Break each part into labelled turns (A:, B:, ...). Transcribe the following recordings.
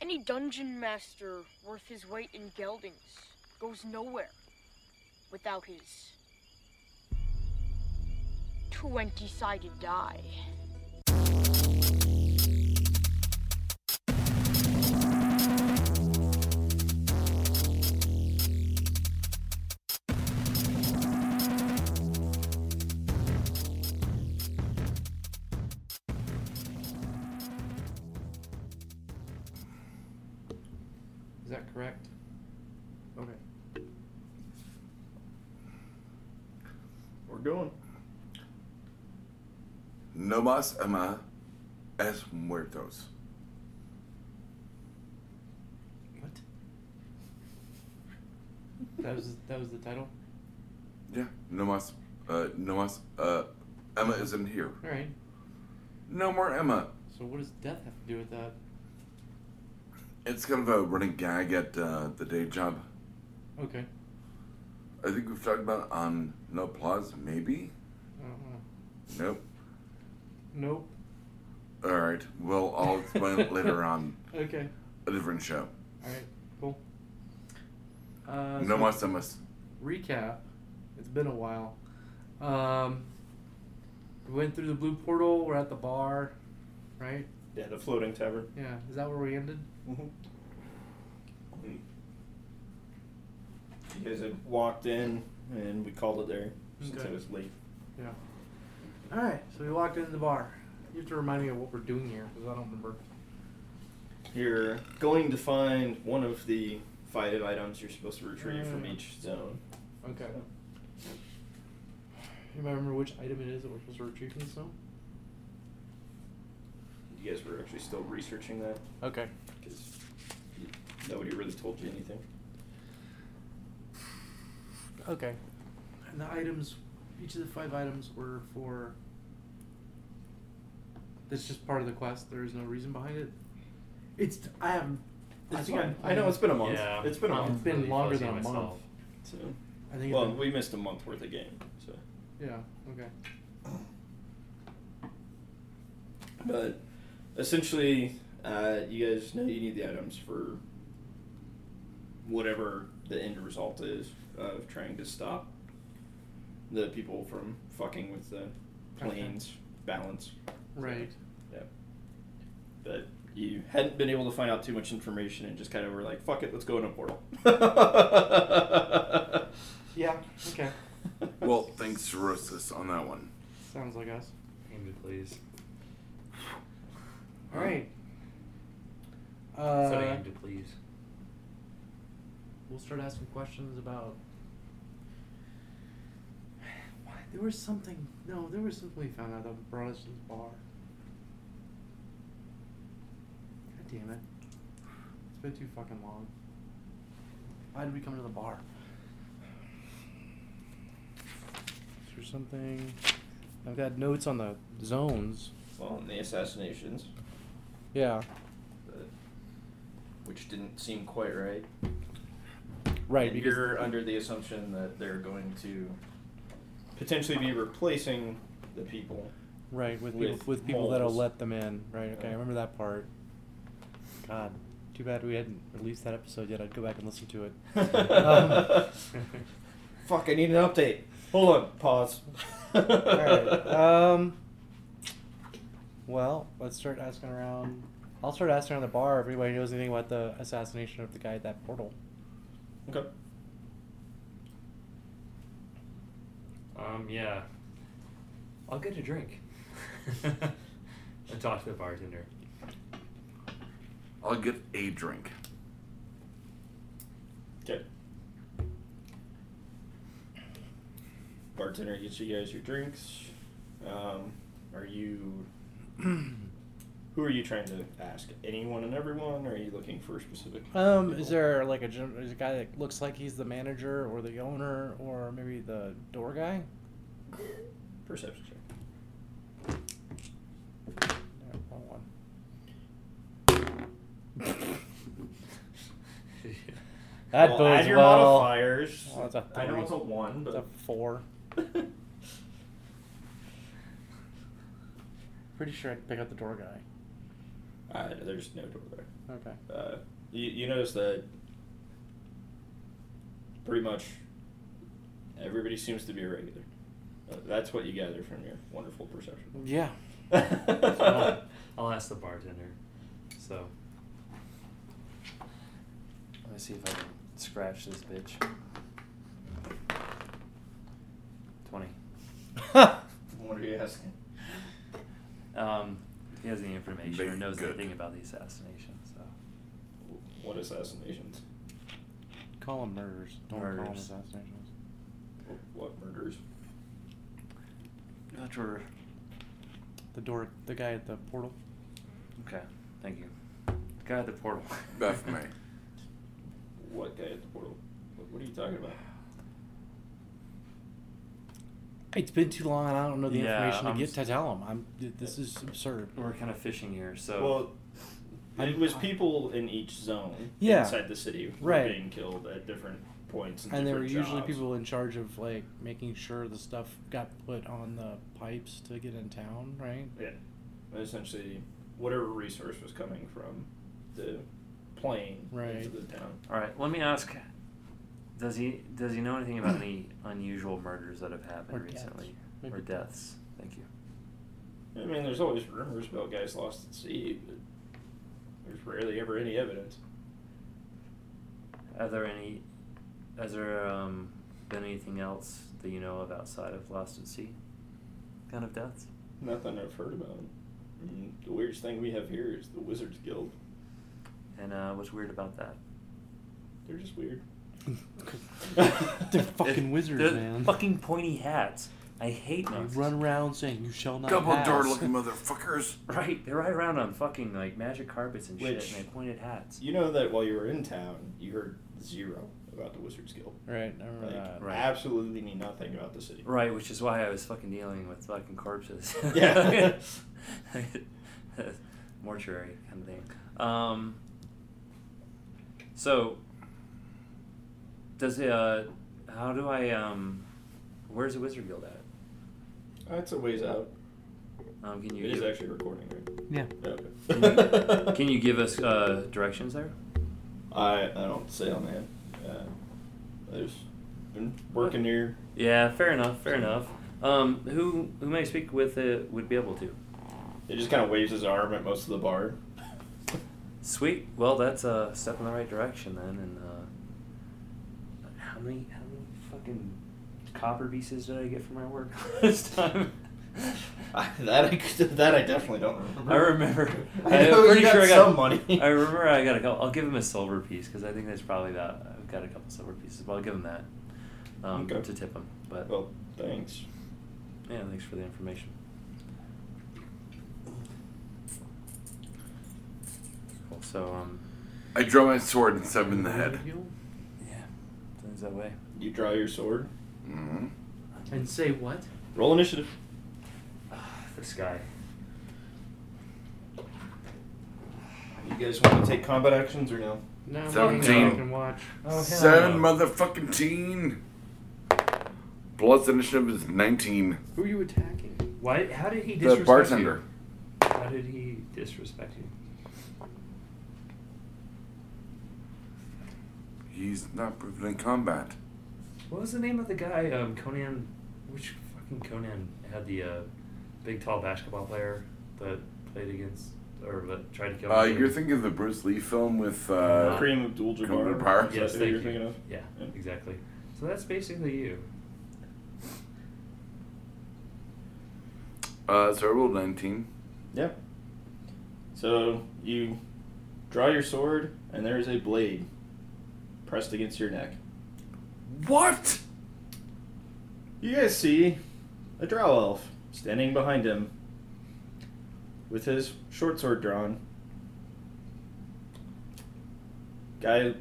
A: Any dungeon master worth his weight in geldings goes nowhere without his 20 sided die.
B: Is that correct? Okay. We're going.
C: No más ama es muertos.
B: What? That was that was the title.
C: Yeah. No más. Uh, no más. Uh, Emma isn't here.
B: All right.
C: No more Emma.
B: So what does death have to do with that?
C: It's kind of a running gag at uh, the day job.
B: Okay.
C: I think we've talked about it on No Applause, maybe?
B: Uh,
C: Nope.
B: nope.
C: All right. Well, I'll explain it later on
B: Okay.
C: a different show.
B: All right. Cool. Uh,
C: no
B: so-
C: más emas.
B: recap. It's been a while. Um, we went through the blue portal. We're at the bar, right?
D: Yeah, the floating tavern.
B: Yeah. Is that where we ended?
D: You guys had walked in and we called it there since
B: Okay.
D: it was late.
B: Yeah. All right. So we walked into the bar. You have to remind me of what we're doing here because I don't remember.
D: You're going to find one of the five items you're supposed to retrieve from
B: Mm.
D: each zone.
B: Okay. You might remember which item it is that we're supposed to retrieve from the snow?
D: You guys were actually still researching that
B: Okay.
D: because nobody really told you anything.
B: Okay. And the items, each of the five items were for. That's just part of the quest. There is no reason behind it. It's I haven't. I
D: It's
B: think
D: fine.
B: I'm-
D: I know it's been a month.
E: Yeah,
D: It's been a
E: I'm
D: month.
B: been
E: really
B: longer
E: fuzzy
B: than a month.
E: myself.
D: Um, So,
B: I think.
D: well,
B: it's
D: we missed a month worth of game. So,
B: been, yeah. Okay.
D: but essentially, uh, you guys know you need the items for whatever the end result is of trying to stop the people from fucking with the plane's balance.
B: Right.
D: But you hadn't been able to find out too much information and just kind of were like, fuck it, let's go in a portal.
B: Yeah. Okay.
C: Well, thanks, Rosas, on that one.
B: Sounds like us.
E: Amy, please.
B: All right.
E: Uh,
B: Uh,
E: so Amy, please.
B: we'll start asking questions about. Why There was something. No, there was something we found out that brought us to this bar. God damn it. It's been too fucking long. Why did we come to the bar? Is there something. I've got notes on the zones.
D: Well, and the assassinations,
B: Yeah.
D: but, uh, which didn't seem quite right.
B: Right,
D: And
B: because.
D: you're under the assumption that they're going to potentially be replacing the people.
B: Right, with
D: with
B: people, with people that'll
D: malls.
B: let them in. Right, okay, I
D: Yeah.
B: remember that part. God, too bad we hadn't released that episode yet. I'd go back and listen to it. Um,
D: Fuck, I need an update. Hold on, pause.
B: Alright, um, well, let's start asking around. I'll start asking around the bar if anybody knows anything about the assassination of the guy at that portal.
D: okay.
E: Um, yeah. I'll get a drink. and talk to the bartender.
C: I'll get a drink.
D: Okay. Bartender gets you guys your drinks. Um, are you? who are you trying to ask? Anyone and everyone? Or are you looking for specific?
B: Um,
D: people?
B: is there like a, gen- is a guy that looks like he's the manager or the owner or maybe the door guy?
D: perception check?
B: No, wrong one. That
D: well,
B: bodes
D: add your
B: well.
D: modifiers.
B: Oh, it's a
D: I know
B: three.
D: it's a one,
B: It's a
D: but
B: four. Pretty sure I'd pick up the door guy.
D: Uh, there's no door there.
B: Okay.
D: Uh, you, you notice that pretty much everybody seems to be a regular. Uh, that's what you gather from your wonderful perception.
B: Yeah.
F: I'll, I'll ask the bartender. So,
E: Let me see if I can scratch this bitch. 20.
D: what are you asking?
E: um, if he has any information or
C: Very
E: knows
C: good.
E: anything about the assassination, so.
D: What assassinations?
B: Call them murders. Don't call 'em
E: Murders.
B: assassinations.
D: Wh- What murders?
E: Which were.
B: The door. The guy at the portal.
E: Okay, thank you. Guy at the portal.
C: That's me.
D: What guy at the portal? What, what are you talking about?
B: It's been too long, and I don't know the
E: Yeah,
B: information to
E: I'm
B: get
E: s-
B: to tell him. I'm. th- This is absurd.
E: We're kind of fishing here, so.
D: well,
B: I'm-
D: it was people in each zone
B: Yeah.
D: inside the city who were
B: Right.
D: being killed at different points. And,
B: And there were
D: different
B: usually
D: jobs.
B: people in charge of like making sure the stuff got put on the pipes to get in town, right?
D: Yeah. Essentially, whatever resource was coming from the plane into
B: Right.
D: the town.
E: All right, let me ask. Does he does he know anything about any unusual murders that have happened
B: Or deaths.
E: recently
B: Maybe
E: or deaths? Thank you.
D: I mean, there's always rumors about guys lost at sea, but there's rarely ever any evidence.
E: Are there any? Has there um, been anything else that you know of outside of Lost at Sea? Kind of deaths.
D: Nothing I've heard about. I mean, the weirdest thing we have here is the Wizards Guild.
E: And uh, what's weird about that?
D: They're just weird.
B: They're fucking
E: It-
B: wizards,
E: they're
B: man.
E: Fucking pointy hats. I hate
B: They
E: them.
B: run around saying you shall not
C: Double
B: pass.
C: door looking motherfuckers.
E: Right, they ride around on fucking like magic carpets and
D: Which-
E: shit, and they pointed hats.
D: You know that while you were in town, you heard zero about the Wizards Guild.
B: Right, I remember
D: Like,
B: that.
E: Right.
D: absolutely nothing about the city.
E: Right, which is why I was fucking dealing with fucking corpses.
D: Yeah.
E: Mortuary kind of thing. Um, so, does it, uh, how do I, um, where's the Wizard Guild at?
D: That's a ways out.
E: Um, can you
D: It is
E: give,
D: actually recording, right?
B: Yeah.
D: Okay.
E: can you give us, uh, directions there?
D: I I don't sell, man. Uh, I've been working here.
E: Yeah, fair enough, fair enough. Um, who, who may I speak with, uh, would be able to?
D: He just kind of waves his arm at most of the bar.
E: Sweet. Well, that's a step in the right direction then. And uh, how many how many fucking copper pieces did I get for my work this time?
D: I, that I could- that I definitely don't remember.
E: I remember.
D: I
E: I'm
D: know you
E: pretty
D: got
E: sure I got
D: some money.
E: I remember I got a couple. I'll give him a silver piece because I think that's probably about. I've got a couple silver pieces, but I'll give him that um,
D: Okay.
E: to tip him. But
D: Well, thanks.
E: yeah, thanks for the information. Cool. So um,
C: I draw my sword and stab him in the head.
E: yeah, things that way.
D: You draw your sword.
C: Mm-hmm.
B: And say what?
D: Roll initiative.
E: This guy.
D: You guys want to take combat actions or no?
B: No, I'm
C: Seventeen.
B: not gonna watch. Oh,
C: Seven motherfucking teen. Blood's initiative is 19.
B: Who are you attacking?
F: why? How did he
C: The
F: disrespect
C: bartender.
F: you? How did he disrespect you?
C: He's not proven in combat.
F: What was the name of the guy? Um, Conan. Which fucking Conan had the uh, big tall basketball player that played against or that tried to kill?
C: Uh,
F: him?
C: you're thinking of the Bruce Lee film with. Uh,
D: Kareem Abdul-Jabbar.
C: Abdul Jabbar.
D: Is that
F: Yes,
D: who
F: thank
D: you're
F: you.
D: thinking of?
F: Yeah,
D: Yeah.
F: exactly. So that's basically you.
C: uh, so I rolled 19.
D: Yeah. So you draw your sword, and there is a blade pressed against your neck.
C: What?
D: You guys see a drow elf standing behind him with his short sword drawn. Guy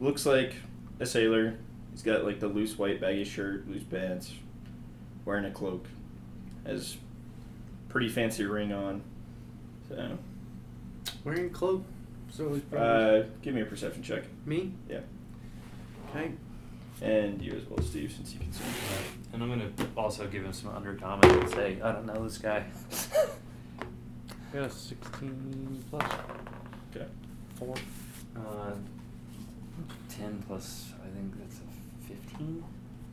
D: looks like a sailor. He's got like the loose white baggy shirt, loose pants, wearing a cloak, has pretty fancy ring on. So,
B: Wearing a cloak. So it's
D: uh, give me a perception check.
B: me.
D: Yeah,
B: Okay.
D: and you as well, Steve, since you can see.
F: Uh,
E: And I'm gonna also give him some undercomment and say, I don't know this guy.
B: got a 16 plus
D: Okay.
B: 4.
G: Uh, 10 plus, I think that's a 15.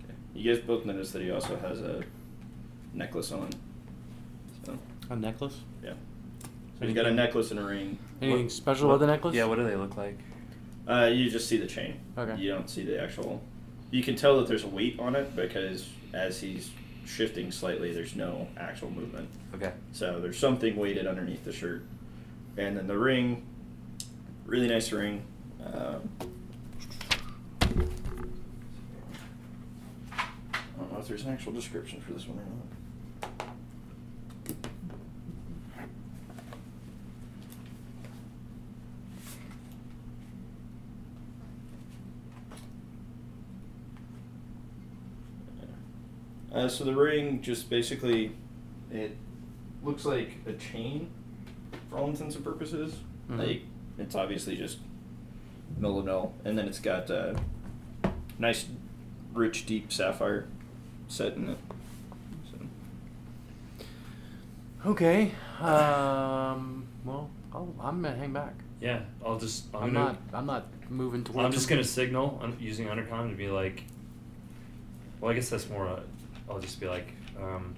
D: Okay. You guys both notice that he also has a necklace on. So
B: A necklace?
D: yeah. So he's got a necklace and a ring.
B: Anything
G: What-
B: special
G: what-
B: about the necklace?
G: Yeah, what do they look like?
D: Uh, you just see the chain.
B: Okay.
D: You don't see the actual. You can tell that there's a weight on it because as he's shifting slightly, there's no actual movement.
G: Okay.
D: So there's something weighted underneath the shirt, and then the ring. Really nice ring. Uh, I don't know if there's an actual description for this one or not. Uh, so the ring just basically, it looks like a chain, for all intents and purposes.
B: Mhm.
D: Like it's obviously just millinol, and then it's got uh, nice, rich, deep sapphire set in it. So,
B: Okay. Um, well, I'll, I'm going to hang back.
E: Yeah, I'll just. I'm,
B: I'm,
E: gonna,
B: not I'm not moving towards
E: I'm just
B: him.
E: gonna signal un- using undercom to be like. Well, I guess that's more. Uh, I'll just be like. Um,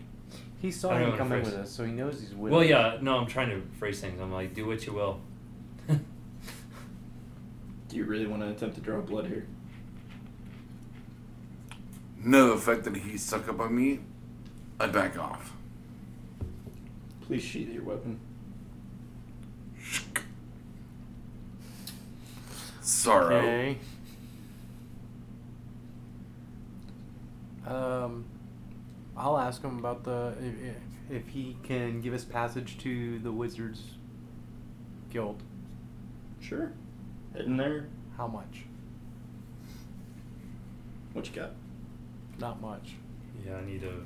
B: He saw
E: I don't
B: him
E: know
B: coming
E: if
B: with
E: it's-
B: us, so he knows he's with
E: well,
B: us.
E: yeah. No, I'm trying to phrase things. I'm like, do what you will.
D: do you really want to attempt to draw blood here?
C: No, the fact that he's stuck up on me, I back off.
D: Please sheath your weapon.
C: Sorrow.
B: Okay. Um, I'll ask him about the if- if, if he can give us passage to the Wizards Guild.
D: Sure. Head in there.
B: How much?
D: What you got?
B: Not much.
E: Yeah, I need to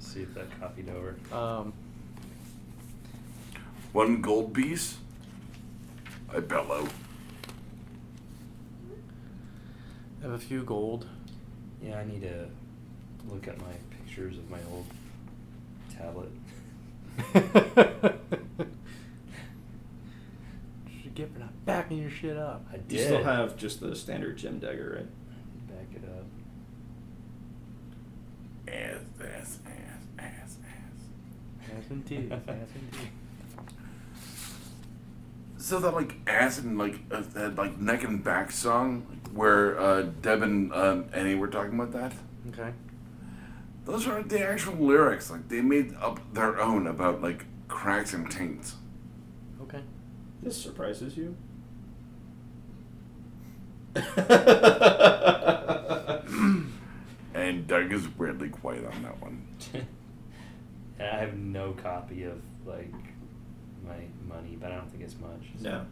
E: see if that copied over.
B: Um,
C: One gold piece. I bellow.
B: I have a few gold.
E: Yeah, I need to look at my pictures of my old tablet.
B: Should get for not backing your shit up.
E: I did.
D: You still have just the standard gem dagger, right?
E: Back it up.
C: Ass, ass, ass, ass, ass.
B: Ass and titties, ass and titties.
C: So that like ass and like uh, that like neck and back song where uh, Deb and um, Annie were talking about that.
B: Okay.
C: Those aren't the actual lyrics. Like they made up their own about like cracks and taints.
B: Okay.
D: This surprises you.
C: And Doug is weirdly quiet on that one.
E: I have no copy of like my money, but I don't think it's much.
D: no.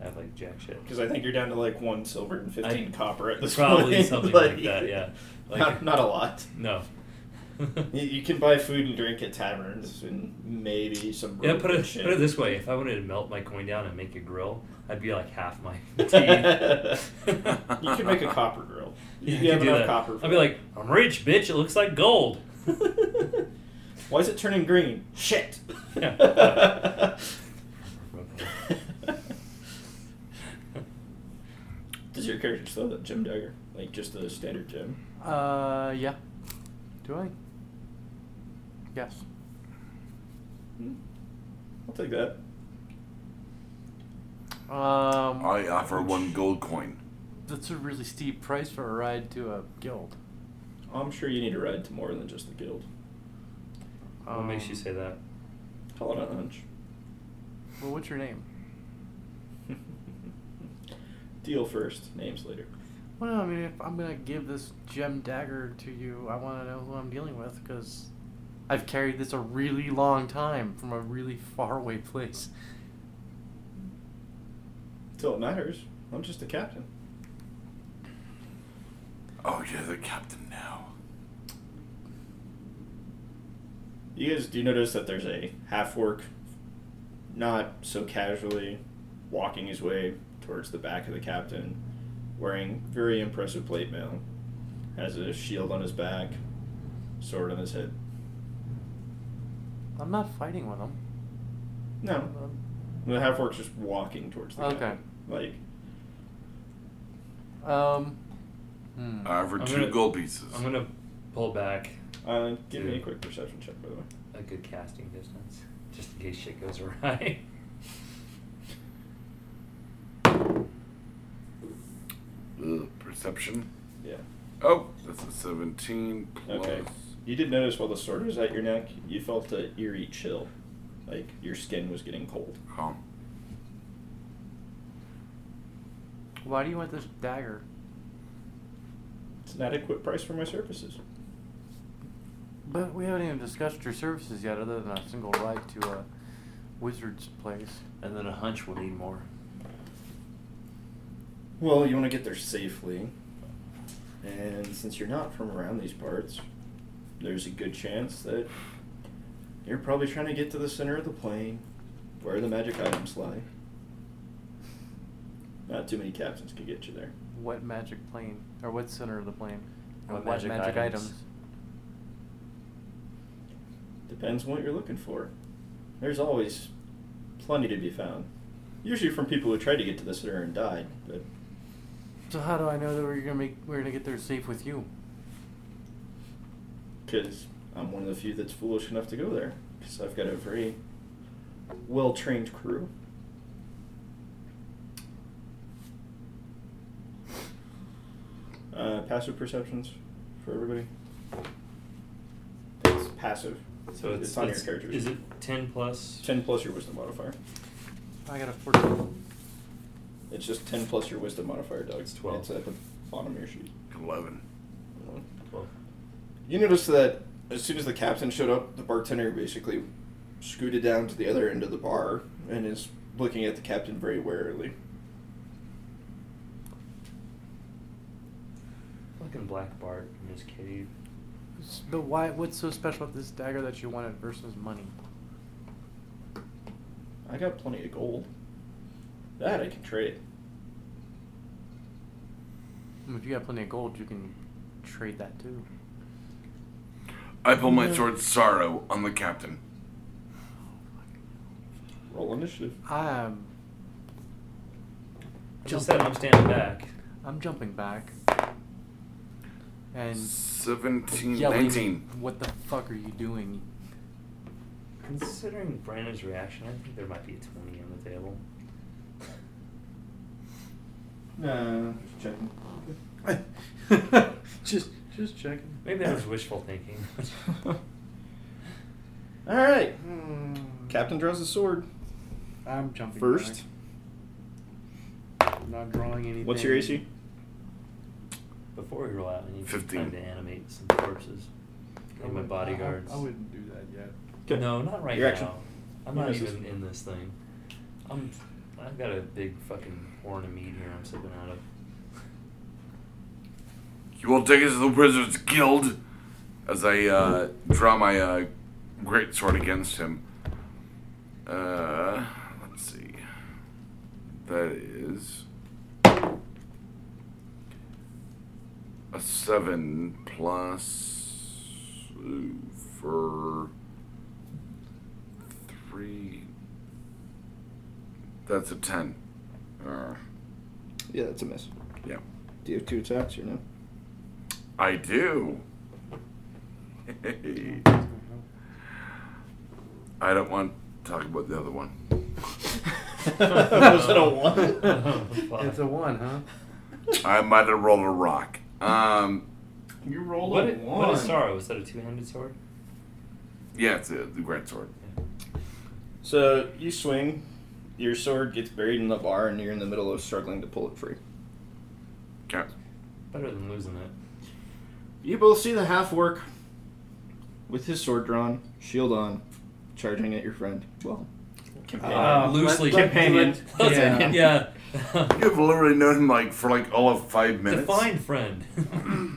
E: I have like jack shit.
D: Because I think you're down to like one silver and fifteen
E: I-
D: copper at this
E: probably
D: point.
E: something like that, yeah. Like-
D: not, not a lot.
E: no.
D: You, you can buy food and drink at taverns and maybe some.
E: Yeah,
D: rope
E: put
D: and
E: it
D: shit.
E: put it this way: if I wanted to melt my coin down and make a grill, I'd be like half my teeth.
D: you could make a copper grill. You,
E: could
D: have
E: do
D: enough
E: that.
D: copper. for
E: I'd be
D: that.
E: like, I'm rich, bitch. It looks like gold.
D: Why is it turning green? Shit.
E: Yeah.
D: Does your character still have that gem dagger? Like just the standard gem?
B: Uh, yeah. Do I? Yes.
D: Hmm. I'll take that.
B: Um,
C: I offer one gold coin.
B: That's a really steep price for a ride to a guild.
D: I'm sure you need a ride to more than just the guild.
E: what makes you
B: Um,
E: say that?
D: Call it a hunch.
B: Well, what's your name?
D: Deal first, names later.
B: Well, I mean, if I'm gonna give this gem dagger to you, I want to know who I'm dealing with because I've carried this a really long time from a really faraway place.
D: Till it matters, I'm just a captain.
C: Oh, you're the captain now.
D: You guys do notice that there's a half orc not so casually walking his way towards the back of the captain, wearing very impressive plate mail. Has a shield on his back, sword on his hip.
B: I'm not fighting with him.
D: No. The half orc's just walking towards the
H: Okay.
D: guy. Like,
H: Um. hmm.
C: Uh, for
E: I'm
C: 2
E: gonna-
C: gold pieces.
E: I'm gonna pull back
D: uh, give me a
E: Yeah.
D: quick perception check, by the way.
E: a good casting distance, just in case shit goes awry.
C: Ugh, perception.
D: Yeah.
C: Oh, that's a 17 plus.
D: Okay. You did notice while the sword was at your neck, you felt an eerie chill. Like, your skin was getting cold.
C: Oh.
H: Why do you want this dagger?
D: It's an adequate price for my services.
H: But we haven't even discussed your services yet, other than a single ride to a wizard's place.
I: And then a hunch will need more.
D: Well, you want to get there safely. And since you're not from around these parts, there's a good chance that you're probably trying to get to the center of the plane where the magic items lie. Not too many captains could get you there.
H: What magic plane? Or what center of the plane? And
I: What magic items?
D: Depends what you're looking for. There's always plenty to be found. Usually from people who tried to get to the center and died, but
H: So how do I know that we're gonna make we're gonna get there safe with you?
D: because I'm one of the few that's foolish enough to go there. Because I've got a very well trained crew. Uh, passive perceptions for everybody. It's passive.
E: So it's,
D: it's on your
E: it's-
D: character.
E: Is it ten plus?
D: 10 plus your wisdom modifier.
H: I got a fourteen.
D: It's just 10 plus your wisdom modifier, Doug.
E: It's 12.
D: It's at the bottom of your sheet.
C: 11.
D: Hold on.
E: Twelve.
D: You notice that as soon as the captain showed up, the bartender basically scooted down to the other end of the bar and is looking at the captain very warily.
E: Fucking Black Bart in his cave.
H: S- But why? What's so special about this dagger that you wanted versus money?
D: I got plenty of gold. That I can trade.
H: I mean, if you have plenty of gold, you can trade that too.
C: I pull my sword sorrow on the captain.
D: Roll initiative.
H: Uh, I'm
E: Just that I'm standing back.
H: I'm jumping back and
C: 17,
H: yelling,
C: 19.
H: "What the fuck are you doing?"
E: Considering Brandon's reaction, I think there might be a twenty on the table.
D: No, just checking.
H: just just checking.
E: Maybe that was wishful thinking.
D: All right.
H: Hmm.
D: Captain draws his sword.
H: I'm jumping
D: First,
H: back. Not drawing anything.
D: what's your AC?
E: Before we roll out, I need some
C: 15.
E: time to animate some corpses.
H: I
E: And my
H: wouldn't-
E: bodyguards.
H: I, I wouldn't do that yet.
E: No, not right
D: Your
E: now.
D: action.
E: I'm
D: Your
E: not
D: misses.
E: even in this thing. I'm. I've got a big fucking horn of meat here. I'm sipping out of.
C: You will take us to the Wizards Guild as I uh, draw my uh, great sword against him. Uh, let's see. That is a seven plus ooh, for three. That's a ten. Uh,
D: Yeah, that's a miss.
C: yeah,
D: Do you have two attacks or no?
C: I do. I don't want to talk about the other one.
D: Was it a
B: Oh,
D: one?
E: Fuck.
H: It's a one, huh?
C: I might have rolled a rock. Um,
D: You rolled
E: What, i- what is sorrow? Is that a two-handed sword?
C: yeah, it's a, the great sword.
D: So you swing, your sword gets buried in the bar, and you're in the middle of struggling to pull it free.
C: Okay.
E: Better than losing it.
D: You both see the half work with his sword drawn, shield on, charging at your friend. Well, companion.
H: Uh,
E: Loosely.
H: let- let-
D: Companion.
H: let-
D: Yeah.
E: yeah.
C: You've literally known him like for like all of five minutes.
E: Define friend.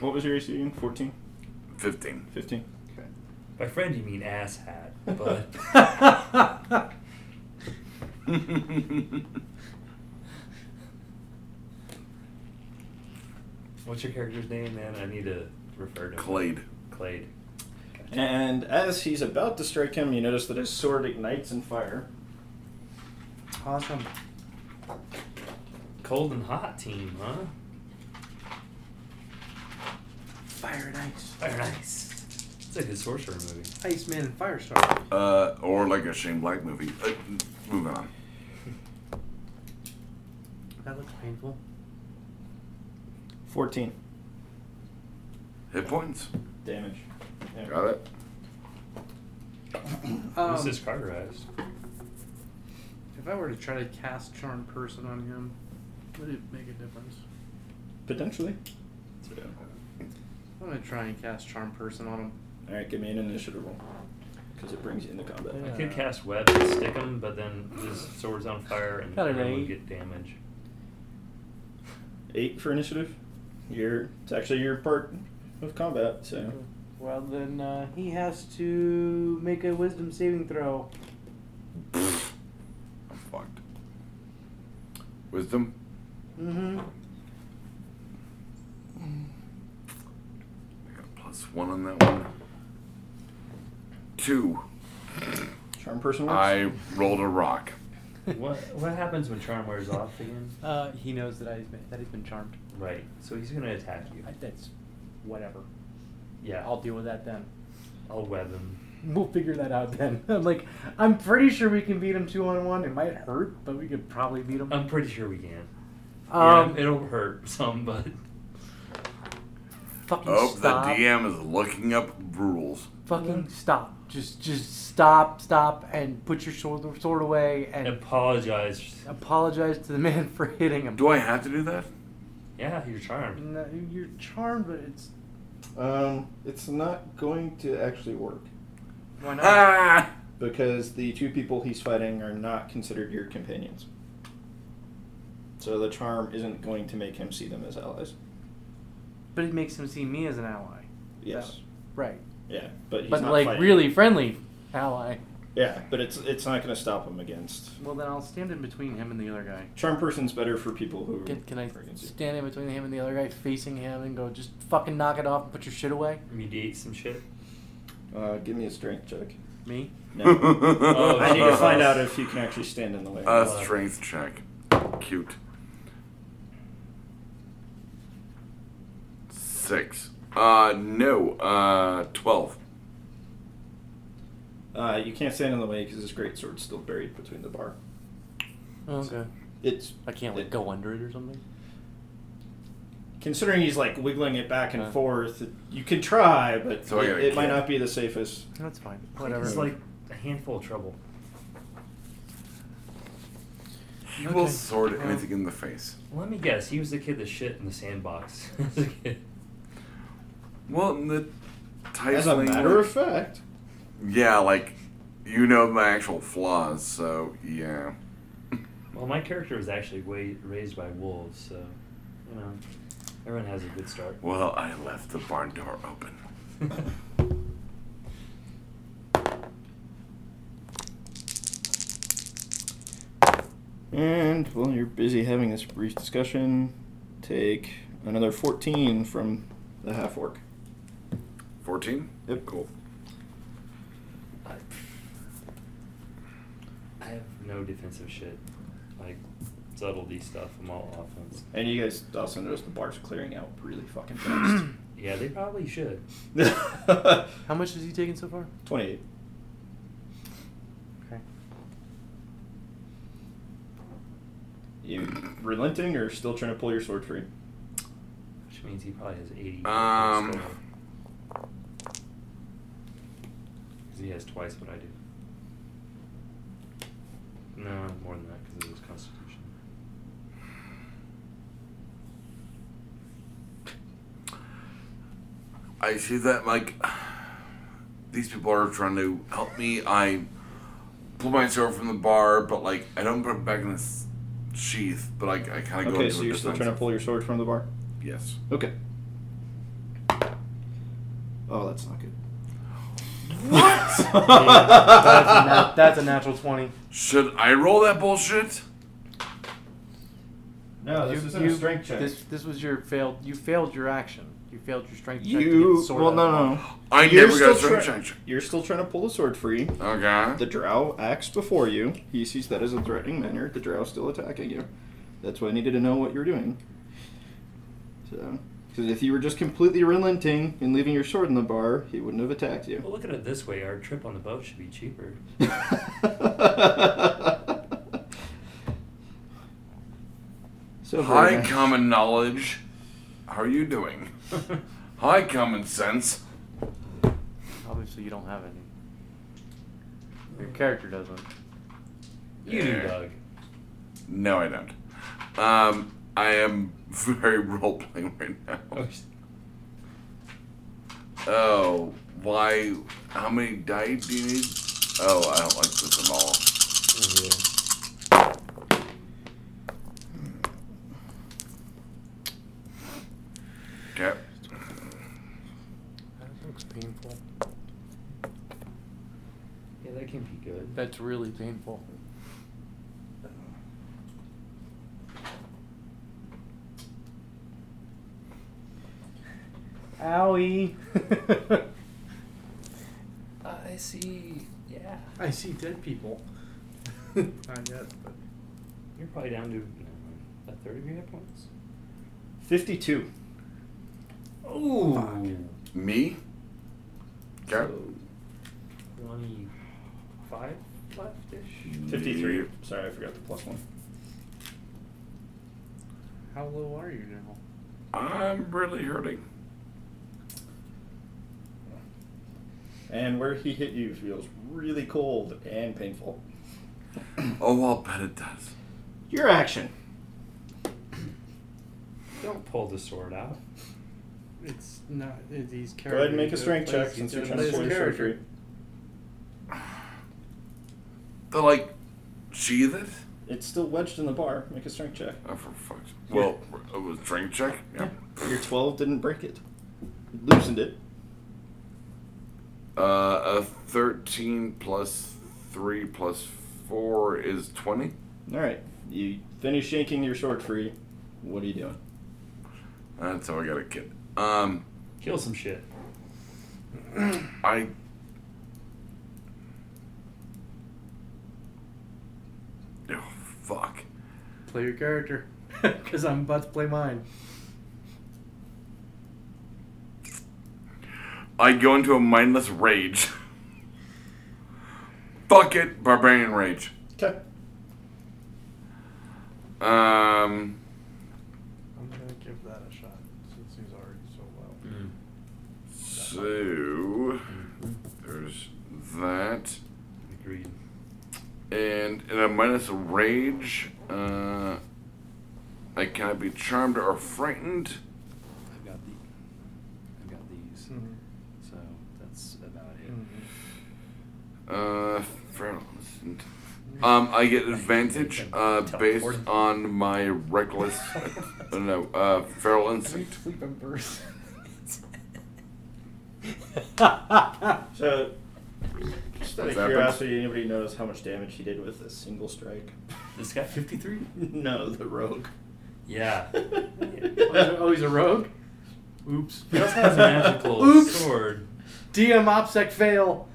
D: what was your AC again? 14?
C: Fifteen.
D: 15?
E: By friend, you mean ass hat, but what's your character's name, man? I need to refer to him.
C: Clade.
E: Clade.
D: And as he's about to strike him, you notice that his sword ignites in fire.
B: awesome.
E: Cold and hot team, huh?
B: Fire and Ice.
E: Very nice. It's like a sorcerer movie.
B: Iceman and Firestar.
C: Uh, or like a Shane Black movie. Uh, moving on.
B: That looks painful.
D: 14
C: Hit points.
D: damage. Yeah.
C: Got it.
B: Um,
E: this is Carterized.
B: if I were to try to cast Charm Person on him, would it make a difference?
D: Potentially.
B: I'm gonna try and cast Charm Person on him.
D: All right, give me an initiative roll because it brings you into combat.
E: I
B: Yeah.
E: could cast webs and stick him, but then his sword's on fire and
B: Got it
E: then would
B: right.
E: get damage.
D: Eight for initiative. You're it's actually your part of combat, so
B: Well, then uh, he has to make a Wisdom saving throw.
C: I'm fucked. Wisdom.
B: Mm-hmm.
C: I got plus one on that one. Two.
D: charm person works.
C: I rolled a rock.
E: what what happens when charm wears off again?
B: Uh, he knows that I've been, that he's been charmed.
E: Right. So he's gonna attack you.
B: I, that's whatever.
E: Yeah.
B: I'll deal with that then.
E: I'll web him.
B: We'll figure that out then. I'm like, I'm pretty sure we can beat him two on one. It might hurt, but we could probably beat him.
E: I'm pretty sure we can.
B: Um,
E: yeah, it'll hurt some, but
B: fucking
C: Oh,
B: stop.
C: the DM is looking up rules.
B: Fucking stop. Just, just stop, stop, and put your sword, sword away and
E: apologize.
B: apologize to the man for hitting him.
C: Do I have to do that?
E: Yeah, you're charmed.
B: No, you're charmed, but it's
D: Um, it's not going to actually work
B: why not?
C: Ah!
D: because the two people he's fighting are not considered your companions. So the charm isn't going to make him see them as allies.
B: But it makes him see me as an ally.
D: Yes.
B: Right.
D: Yeah, but he's
B: but
D: not
B: like
D: fighting.
B: really friendly ally.
D: Yeah, but it's it's not going to stop him against
B: Well, then I'll stand in between him and the other guy.
D: charm person's better for people who
B: Can, can I
D: pregnancy.
B: stand in between him and the other guy, facing him, and go, just fucking knock it off and put your shit away?
E: Mediate some shit.
D: Uh, give me a strength check.
B: Me?
D: No.
E: Oh,
D: I need to find out if you can actually stand in the way.
C: A strength check. Cute. Six. Uh, no. Uh, twelve.
D: Uh, you can't stand in the way because this great sword's still buried between the bar.
H: Oh,
B: Okay.
D: It's
B: I can't like
D: it-
B: go under it or something.
D: Considering he's like wiggling it back and
B: Uh.
D: forth, it- you could try, but
C: So I
D: it,
C: gotta
D: it might
C: kill.
D: not be the safest.
B: That's fine. Whatever.
E: Whatever. It's like a handful of trouble.
C: He will
B: Okay.
C: sword
B: Um,
C: anything in the face.
E: Let me guess. He was the kid that shit in the sandbox. as a kid.
C: Well, in the Tice
D: As a
C: language-
D: matter of fact,
C: yeah, like you know my actual flaws, so yeah.
E: Well, my character was actually wa- raised by wolves, so you know, everyone has a good start.
C: Well, I left the barn door open.
D: and while you're busy having this brief discussion, take another 14 from the half orc.
C: Fourteen.
D: Yep.
C: Cool.
E: I I have no defensive shit, like subtlety stuff. I'm all offense.
D: And you guys also notice the bar's clearing out really fucking fast.
E: Yeah, they probably should.
B: How much has he taken so far?
D: 28.
B: Okay.
D: You relenting or still trying to pull your sword free?
E: Which means he probably has 80.
C: Um.
E: Because he has twice what I do. No, more than that because it was Constitution.
C: I see that like these people are trying to help me. I pull my sword from the bar, but like I don't put it back in this sheath. But like I kind of go
D: Okay,
C: into
D: so
C: a
D: you're still
C: defensive-
D: trying to pull your sword from the bar?
C: Yes.
D: Okay. Oh, that's not good.
C: What?
B: That's a, nat- that's a natural 20.
C: Should I roll that bullshit?
D: No, Oh, this
H: You-
D: isn't
H: you-
D: a strength check.
H: This this was your failed. You failed your action. You failed your strength check. to
D: you
H: get sword
D: well,
H: out
D: no,
H: of the
D: no.
H: water.
D: no.
C: I
D: You're
C: never got a
D: still
C: strength
D: try-
C: check.
D: You're still trying to pull the sword free.
C: Okay.
D: The drow acts before you. He sees that as a threatening manner. The drow's still attacking you. That's why I needed to know what you're doing. So, because if you were just completely relenting and leaving your sword in the bar, he wouldn't have attacked you.
E: Well, look at it this way: our trip on the boat should be cheaper.
D: so very
C: High
D: nice.
C: common knowledge. How are you doing? High common sense.
H: Obviously, you don't have any. Your character doesn't.
E: you do, Doug.
C: No, I don't. Um, I am very role playing right
D: Oh,
C: now. Oh, why? How many die do you need? Oh, I don't like this at all. Hmm. Okay.
H: That looks painful.
E: Yeah, that can be good.
H: That's really painful. Owie.
E: I see. Yeah,
B: I see dead people. Not yet, but
E: you're probably down to never mind, a third of your hit points.
D: 52.
E: Oh,
C: Me? Okay.
E: twenty-five left ish.
D: 53. Sorry, I forgot the plus one.
H: How low are you now?
C: I'm really hurting.
D: And where he hit you feels really cold and painful.
C: Oh, I'll bet it does.
D: Your action.
E: Don't pull the sword out.
B: it's not. It, he's
D: Go ahead and make a strength check since you're trying to pull your sword free.
C: They like sheath it.
D: It's still wedged in the bar. Make a strength check.
C: Oh, for fuck's. Well, it was drink check. Yeah.
D: Your 12 didn't break it. You loosened it.
C: Uh, a thirteen plus three plus four is twenty.
D: All right. You finish shaking your sword free. What are you doing?
C: That's how I got a kid. Um,
E: Kill some shit.
C: I. Oh fuck!
H: Play your character. Because I'm about to play mine.
C: I go into a mindless rage. fuck it, barbarian rage.
D: Okay.
C: Um.
B: I'm gonna give that a shot since he's already so low.
C: So there's that,
E: Agreed.
C: and in a minus rage, uh, I can I be charmed or frightened?
I: I've got the. I've got these. So that's about it.
D: Mm-hmm.
C: Uh, fair um, I get advantage uh, based on my reckless, uh, no, uh, feral instinct.
D: So, just out of
C: What's that,
D: curiosity, anybody knows how much damage he did with a single strike?
E: This guy fifty-three.
D: no, the rogue.
E: Yeah.
H: Oh, he's a, oh, he's a rogue? Oops.
E: He also has a magical
H: Oops.
E: sword.
H: DM OPSEC fail.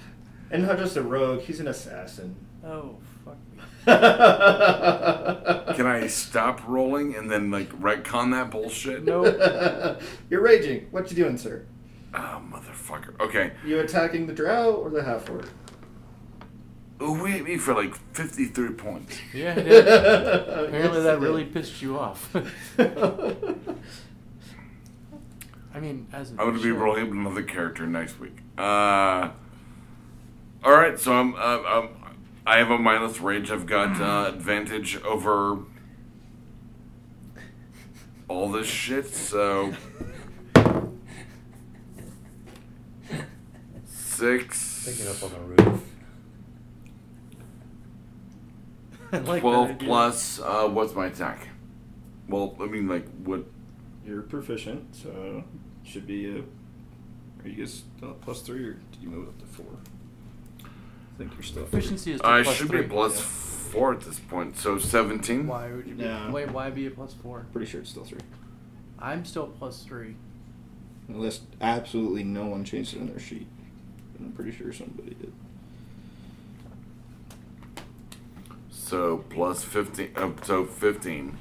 D: and not just a rogue, he's an assassin.
H: Oh, fuck me.
C: Can
D: Can
C: I stop rolling and then like retcon that bullshit?
H: Nope.
D: You're raging. What you doing, sir?
C: Ah, motherfucker. Okay.
D: You attacking the drow or the half orc?
C: Ooh, we hit me for like 53 points.
H: Yeah, he did. Apparently
D: Apparently
H: that really pissed you off. I mean, as an
C: I'm gonna be rolling up another character next week. Uh, all right, so I'm, uh, i I have a mindless rage. I've got uh, advantage over all this shit. So
E: Pick it
C: six,
E: up on the roof.
H: I like that
C: twelve
H: idea.
C: plus. Uh, what's my attack? Well, I mean, like what?
D: You're proficient, so should be a. Are you guys still at plus three, or did you move up to four? I think you're still. at three.
H: Efficiency is
C: I
H: plus
C: should
H: three.
C: be plus four at this point, so 17?
B: Why would you be?
D: No.
B: Wait, why be a plus four?
J: Pretty sure it's still three.
B: I'm still plus three.
J: Unless absolutely no one changed it on their sheet. And I'm pretty sure somebody did.
C: So plus 15, uh, so 15.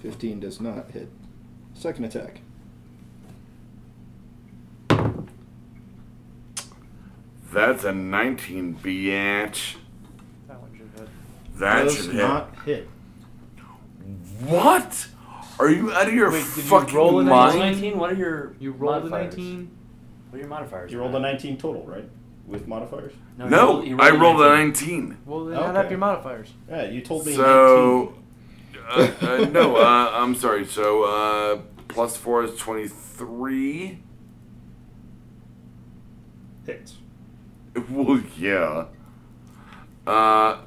J: 15 does not hit. Second attack.
C: That's a 19, biatch.
B: That one should hit.
C: That
J: does
C: should hit.
J: not hit.
C: What? Are you out of your
K: Wait, did you
C: fucking
K: roll a
C: mind?
K: 19? What are your
B: You rolled a
K: modifiers?
B: 19.
K: What are your modifiers?
D: You rolled a
K: Matt?
D: 19 total, right? With modifiers?
K: you
C: No,
K: rolled- you
C: I rolled a
K: 19.
C: 19.
B: Well, then
D: Okay.
B: add up your modifiers.
D: Yeah, you told me
C: So, uh, uh, no, uh, I'm sorry. So, uh, plus four is 23.
D: 19 hits.
C: Well, yeah. Uh,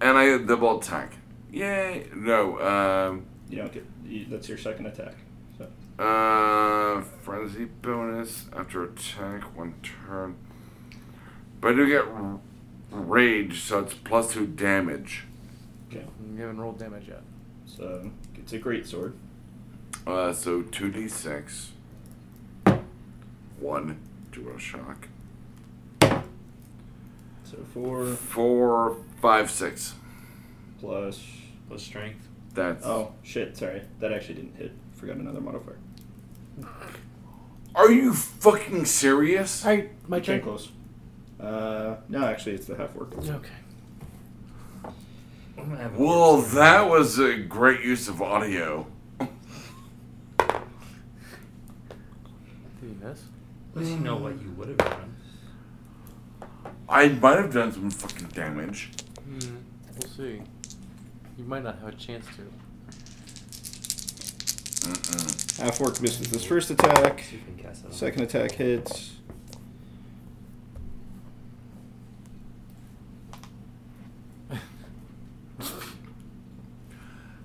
C: and I double attack. Yay. No, um,
D: You don't get. You, that's your second attack. So
C: uh, frenzy bonus after attack, one turn. But I do get r- rage, so it's plus two damage.
D: okay,
B: You haven't rolled damage yet.
D: so it's a great sword.
C: Uh, so 2d6. 1, dual shock.
D: So four
C: 4, 5, 6.
D: plus.
E: Plus strength.
C: That's.
D: Oh shit! Sorry, that actually didn't hit. Forgot another modifier.
C: Are you fucking serious?
B: All right, my
D: Came
B: turn.
D: close. Uh, no, actually, it's the half work.
B: Okay.
E: I'm gonna have a
C: Well,
E: weird-
C: that was a great use of audio.
B: Did you miss?
E: At least you know what you would have done.
C: I might have done some fucking damage.
B: Hmm. We'll see. You might not have a chance to.
C: Mm-mm.
J: Half orc misses his first attack.
E: See if you can cast that on.
J: Second attack hits.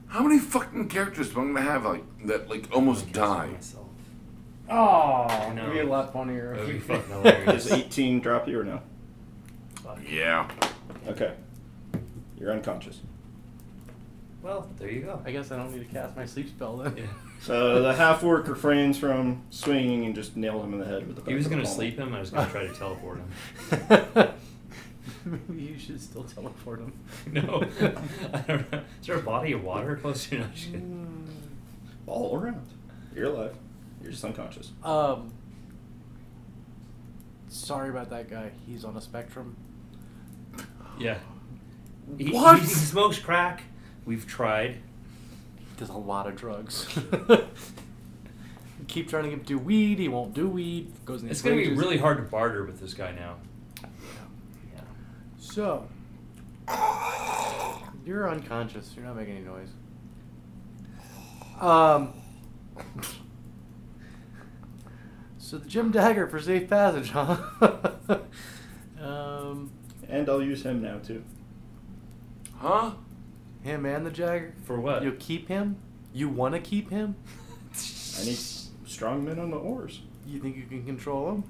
C: How many fucking characters am I gonna have like that? Like almost die.
E: Myself.
B: Oh,
E: No. it'd be a lot
B: funnier.
E: That would be fucking hilarious.
D: Does eighteen drop you or no?
C: Yeah.
D: Okay. You're unconscious.
E: Well, there you go.
B: I guess I don't need to cast my sleep spell then.
E: Yeah.
D: So the half orc refrains from swinging and just nailed him in the head with the. Back
E: He was
D: of the
E: gonna
D: pommel.
E: sleep him. I was gonna try to teleport him.
B: Maybe you should still teleport him.
E: no, I don't know. Is there a body of water close to you? No, I'm just kidding.
B: Mm.
D: all around. You're alive. You're just unconscious.
B: Um. Sorry about that guy. He's on a spectrum.
E: Yeah. He,
C: What?
E: He, he smokes crack. We've tried.
B: does a lot of drugs. Keep trying to get him to do weed. He won't do weed. Goes in
E: It's
B: these
E: gonna be
B: rages.
E: really hard to barter with this guy now. Yeah.
B: So you're unconscious. You're not making any noise. Um. So the Jim Dagger for safe passage, huh? um,
D: And I'll use him now too.
C: Huh?
B: him and the Jagger.
E: For what?
B: You'll keep him. You want to keep him.
D: I need strong men on the oars.
B: You think you can control him?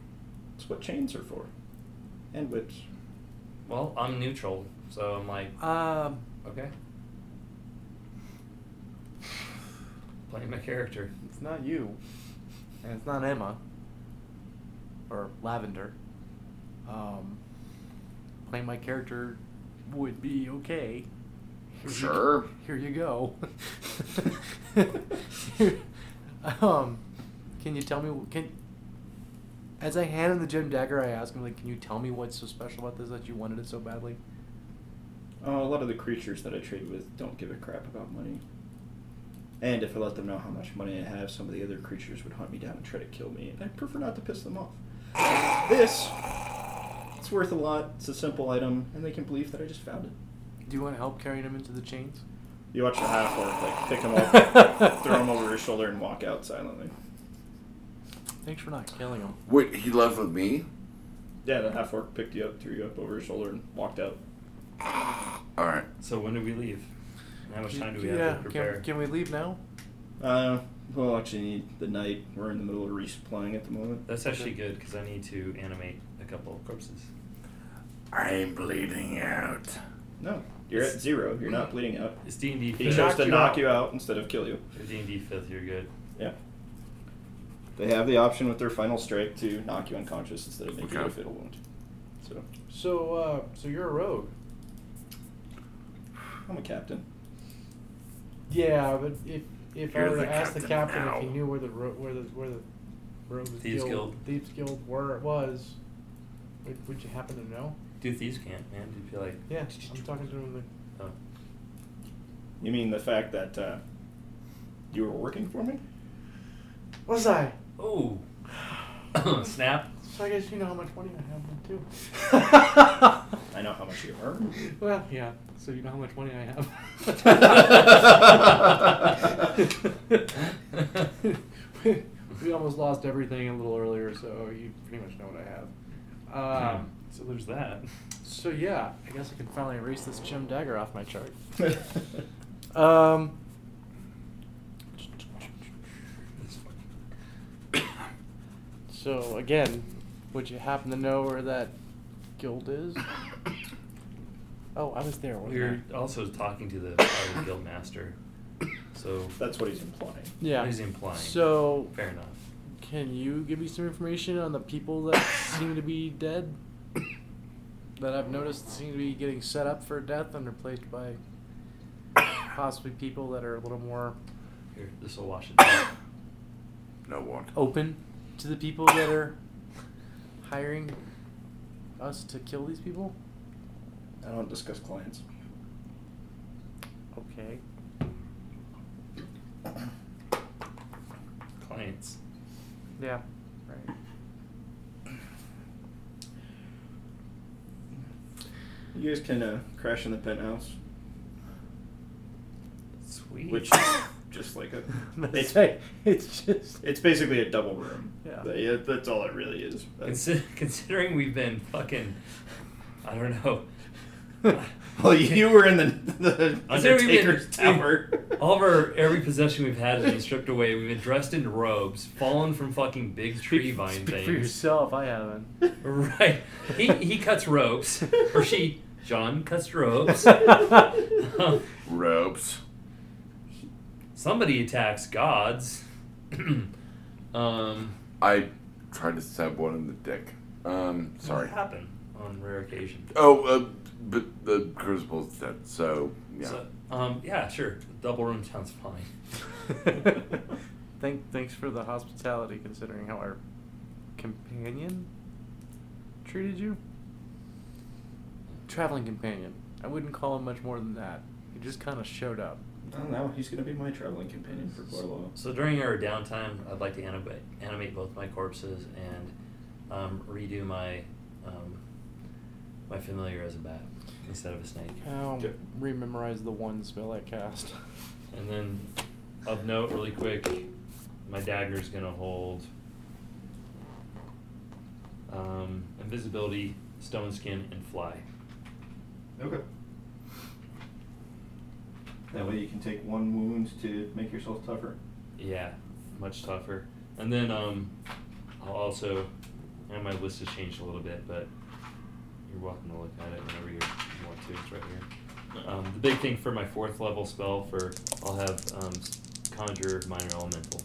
D: That's what chains are for. And whips.
E: Well, I'm neutral, so I'm like,
B: Um.
E: okay. Playing my character.
B: It's not you, and it's not Emma or Lavender. Um, playing my character would be okay. Here you-
C: Sure.
B: here you go. um, can you tell me? Can as I hand him the gem dagger, I ask him like, "Can you tell me what's so special about this that you wanted it so badly?"
D: Uh, a lot of the creatures that I trade with don't give a crap about money. And if I let them know how much money I have, some of the other creatures would hunt me down and try to kill me, and I prefer not to piss them off. This, it's worth a lot. It's a simple item, and they can believe that I just found it.
B: Do you want to help carrying him into the chains?
D: You watch the half orc like pick him up, throw him over his shoulder, and walk out silently.
B: Thanks for not killing him.
C: Wait, he left with me.
D: Yeah, the half orc picked you up, threw you up over his shoulder, and walked out.
C: All right.
E: So when do we leave? And how much time do we
B: yeah,
E: have to prepare?
B: Can, can we leave now?
D: Uh, we'll actually need the night. We're in the middle of resupplying at the moment.
E: That's actually good because I need to animate a couple of corpses.
C: I'm bleeding out.
D: No, you're at zero. You're not bleeding out.
E: It's D and D
D: He
E: fifth.
D: chose to
B: you
D: knock
B: out.
D: you out instead of kill you.
E: D and D fifth. You're good.
D: Yeah. They have the option with their final strike to knock you unconscious instead of making you a
C: Okay.
D: fatal wound. So
B: So, uh, so you're a rogue.
D: I'm a captain.
B: Yeah, but if if I
C: You're
B: were
C: the
B: to ask the
C: captain
B: captain if he
C: now.
B: knew where the ro- where the where the rogues
E: Thieves Guild.
B: thieves guild where it was, would, would you happen to know?
E: Do thieves can't, man? You'd be like,
B: Yeah, I'm talking to him. Like,
E: oh,
D: You mean the fact that uh, you were working for me?
B: was I?
E: oh, snap.
B: So I guess you know how much money I have then too.
D: I know how much you earn.
B: Well, yeah. So you know how much money I have. we almost lost everything a little earlier, so you pretty much know what I have. Um,
E: so there's that.
B: so yeah, I guess I can finally erase this Jim Dagger off my chart.
D: That's
B: Um, so again, would you happen to know where that guild is? Oh, I was there. wasn't
E: We
B: I?
E: were also talking to the other guild master. So
D: what he's implying.
B: Yeah.
E: he's implying.
B: So,
E: fair enough.
B: can you give me some information on the people that seem to be dead? That I've noticed seem to be getting set up for death and replaced by possibly people that are a little more
E: Here, this will wash it down.
C: No one.
B: open to the people that are hiring us to kill these people.
D: I don't discuss clients.
B: Okay.
E: Clients.
B: Yeah. Right.
D: You guys can uh, crash in the penthouse,
E: Sweet.
D: which is just like a. It's,
B: it's just.
D: it's basically a double room.
B: Yeah.
D: But yeah, that's all it really is. But-
E: Consi- considering we've been fucking, I don't know.
D: well, you were in the, the
E: Considering we've been-
D: Undertaker's tower.
E: All of our every possession we've had has been stripped away. We've been dressed in robes, fallen from fucking big tree vine
B: Speak
E: things.
B: for yourself. I haven't.
E: Right. He he cuts ropes, or she. John cuts ropes.
C: Ropes.
E: Somebody attacks gods. um,
C: I tried to stab one in the dick. Um, sorry.
E: Happen on rare occasion.
C: Oh, uh, but the crucible's dead, so yeah.
E: So, um, yeah, sure. Double room sounds fine.
B: Thank, thanks for the hospitality, considering how our companion treated you. Traveling companion. I wouldn't call him much more than that. He just kind of showed up.
D: I don't know. He's gonna be my traveling companion for quite a while.
E: So during our downtime, I'd like to animate animate both my corpses and um, redo my um, my familiar as a bat instead of a snake.
B: I'll
D: Okay.
B: rememorize the one spell I cast.
E: And then, of note, really quick, my dagger's gonna hold um, invisibility, stone skin, and fly.
D: Okay. That way you can take one wound to make yourself tougher.
E: Yeah, much tougher. And then um, I'll also, and my list has changed a little bit, but you're welcome to look at it whenever you want to. It's right here. Um, the big thing for my fourth level spell for I'll have um, conjure minor elemental.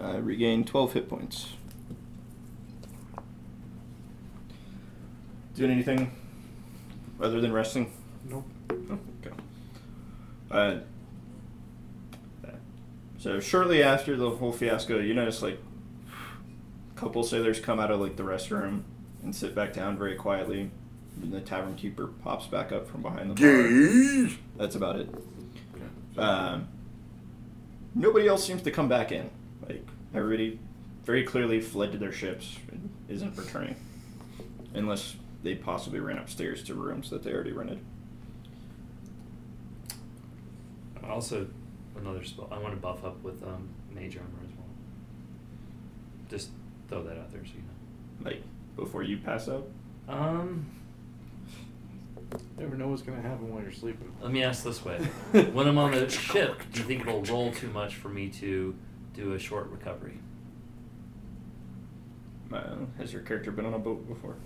L: I regain 12 hit points.
D: Doing anything other than resting?
B: nope.
D: Oh, okay. Uh, so shortly after the whole fiasco, you notice like a couple sailors come out of like the restroom and sit back down very quietly. And the tavern keeper pops back up from behind the bar.
C: Gay.
D: That's about it. Um, nobody else seems to come back in. Like everybody, very clearly fled to their ships and isn't returning, unless they possibly ran upstairs to rooms that they already rented.
E: Also, another spell. I want to buff up with um, mage armor as well. Just throw that out there so you know.
D: Like before you pass out.
E: Um,
B: Never know what's gonna happen while you're sleeping.
E: let me ask this way: When I'm on the ship, do you think it'll roll too much for me to do a short recovery?
D: Uh, has your character been on a boat before?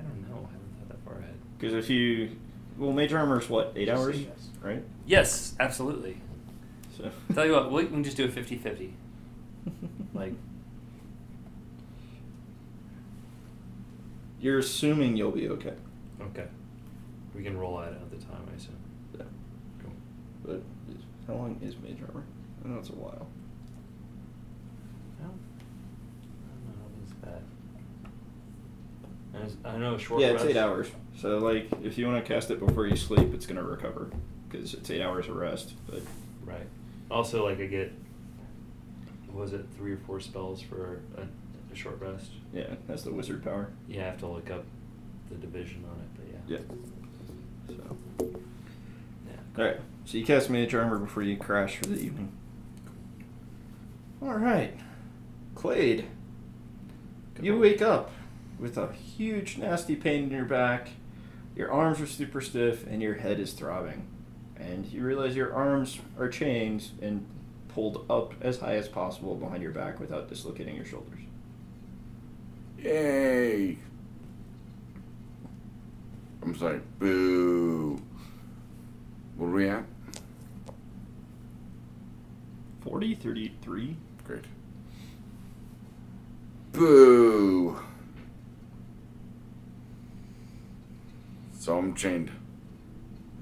E: I don't know. I haven't thought that far ahead.
D: Because if you, well, major armor's what eight
B: Just
D: hours,
B: say yes.
D: right?
I: Yes, absolutely.
D: So
I: Tell you what, we can just do a 50 50. Like,
D: you're assuming you'll be okay,
E: Okay. We can roll at it at the time, I assume.
D: Yeah.
E: Cool.
D: but is- how long is major armor? I know it's a while.
E: I don't, I don't know if it's bad. And it's- I know a short
D: yeah, it's
E: rest-
D: eight hours. So like, if you want to cast it before you sleep, it's gonna recover because it's eight hours of rest. But
E: Right. Also, like I get, what was it three or four spells for a, a short rest?
D: yeah, that's the wizard power.
E: Yeah, I have to look up the division on it, but yeah.
D: Yeah. So
E: Yeah.
D: all right, so you cast mage armor before you crash for the evening. All right, Clade,
E: Good
D: you
E: night.
D: wake up with a huge nasty pain in your back. Your arms are super stiff and your head is throbbing. And you realize your arms are chained and pulled up as high as possible behind your back without dislocating your shoulders.
C: Yay! I'm sorry. Boo. What are we at?
D: 40, 33?
C: Great. Boo. So I'm chained.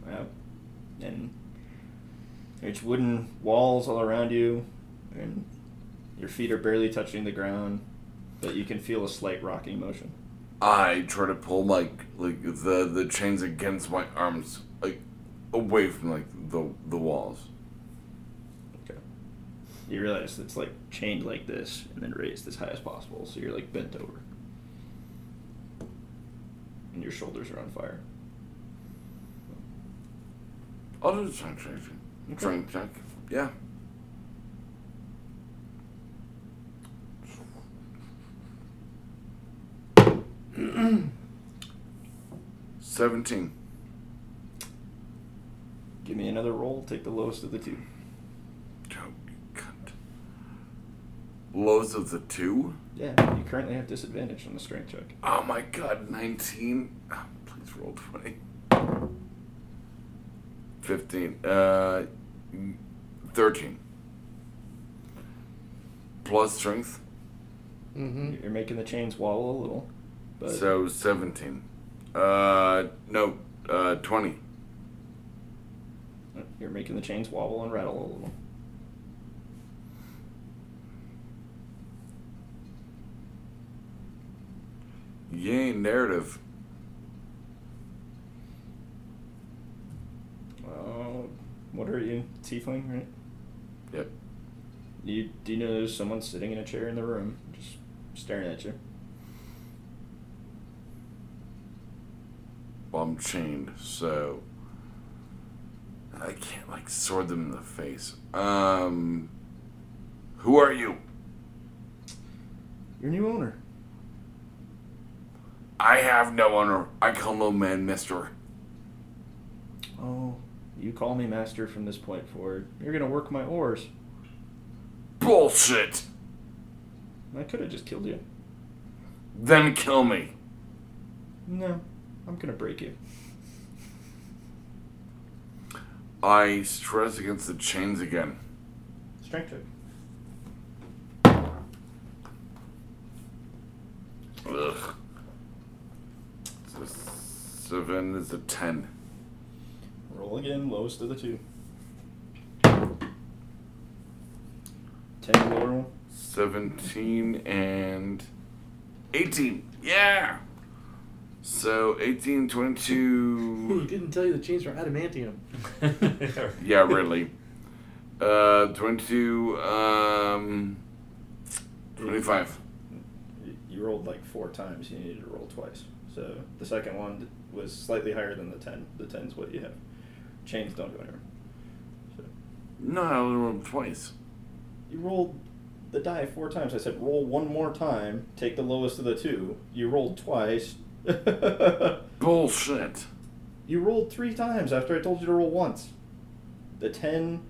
D: Yeah. And there's wooden walls all around you, and your feet are barely touching the ground, but you can feel a slight rocking motion.
C: I try to pull like like the the chains against my arms like away from like the the walls.
D: Okay. You realize it's like chained like this and then raised as high as possible, so you're like bent over. And your shoulders are on fire.
C: I'll do the strength check. Strength check. Yeah. Seventeen.
D: Give me another roll, take the lowest of the two.
C: Oh, cunt. Lowest of the two?
D: Yeah, you currently have disadvantage on the strength check.
C: Oh my god, 19. Oh, please roll 20. 15. Uh, 13. Plus strength.
B: Mm-hmm.
D: You're making the chains wobble a little, but
C: So 17. Uh, no, uh, 20.
D: you're making the chains wobble and rattle a little.
C: Yay, narrative.
D: Uh, what are you? Tiefling, right?
C: Yep.
D: You do you know there's someone sitting in a chair in the room, just staring at you.
C: Well, I'm chained, so. I can't, like, sword them in the face. Um. Who are you?
D: Your new owner.
C: I have no honor. I call no man mister.
D: Oh, you call me master from this point forward. You're gonna work my oars.
C: Bullshit!
D: I could have just killed you.
C: Then kill me.
D: No, I'm gonna break you.
C: I stress against the chains again.
D: Strength check.
C: Ugh. So seven is a ten.
D: Roll again, lowest of the two. Ten lower one.
C: Seventeen and eighteen. Yeah. So 18, 22.
B: didn't tell you the chains were adamantium.
C: yeah, really. Uh, 22, um, 25.
D: Y- You rolled like four times. You needed to roll twice. So the second one was slightly higher than the ten. The ten's what you have. Chains don't go anywhere. So
C: No, I only rolled twice.
D: you rolled the die four times. I said roll one more time. Take the lowest of the two. You rolled twice.
C: Bullshit.
D: you rolled three times after I told you to roll once. The ten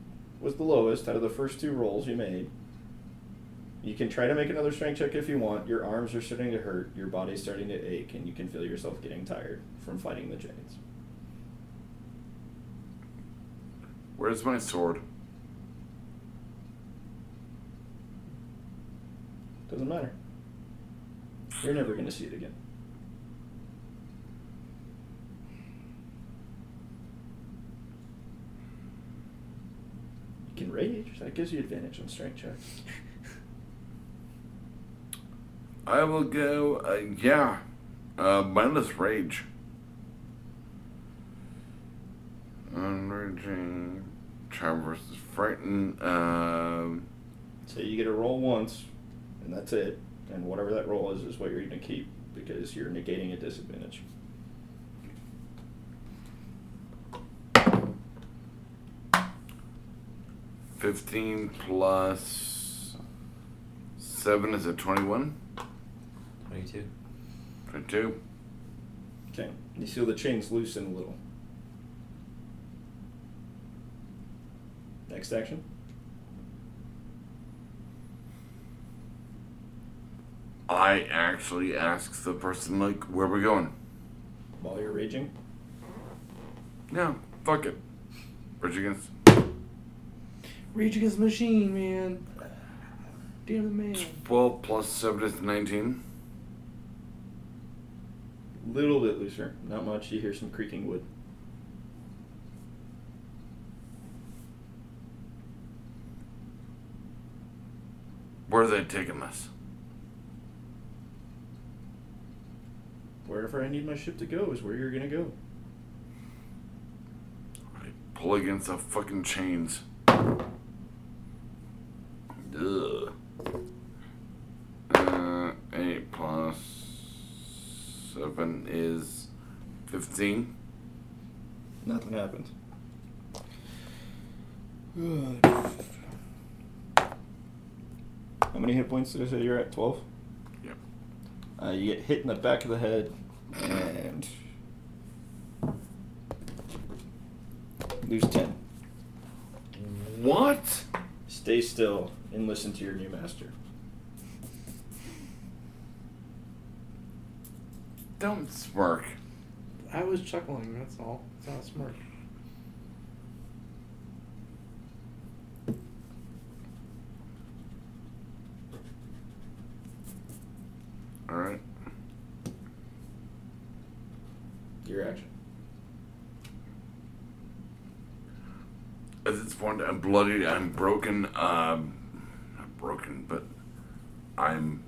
D: was the lowest out of the first two rolls you made. You can try to make another strength check if you want. Your arms are starting to hurt. Your body's starting to ache, and you can feel yourself getting tired. from fighting the giants.
C: Where's my sword?
D: Doesn't matter. You're never going to see it again. You can rage. That gives you advantage on strength checks.
C: I will go. Uh, yeah, uh, mindless rage. Unraging. Charm versus frightened. Um,
D: So you get to roll once, and that's it. And whatever that roll is, is what you're going to keep because you're negating a disadvantage.
C: fifteen plus seven is a twenty-one.
E: 22.
C: Twenty-two.
D: Okay. You feel the chains loosen a little. Next action.
C: I actually asked the person like, "Where we going?"
D: While you're raging,
C: No, fuck it. Rage against.
B: Rage Against the Machine, man. Damn the man.
C: Twelve plus seven is nineteen.
D: little bit looser, not much. You hear some creaking wood.
C: Where are they taking us?
D: Wherever I need my ship to go is where you're gonna go.
C: I pull against the fucking chains. Ugh. Uh, 8 plus 7 is 15.
L: Nothing happened.
D: How many hit points did I say you're at? Twelve.
C: Yep.
D: Uh, you get hit in the back of the head, and lose ten.
C: What?
D: Stay still and listen to your new master.
C: Don't smirk.
B: I was chuckling, that's all. It's not smart.
C: Alright.
D: Your action.
C: At this point, I'm bloodied, I'm broken, um, not broken, but I'm.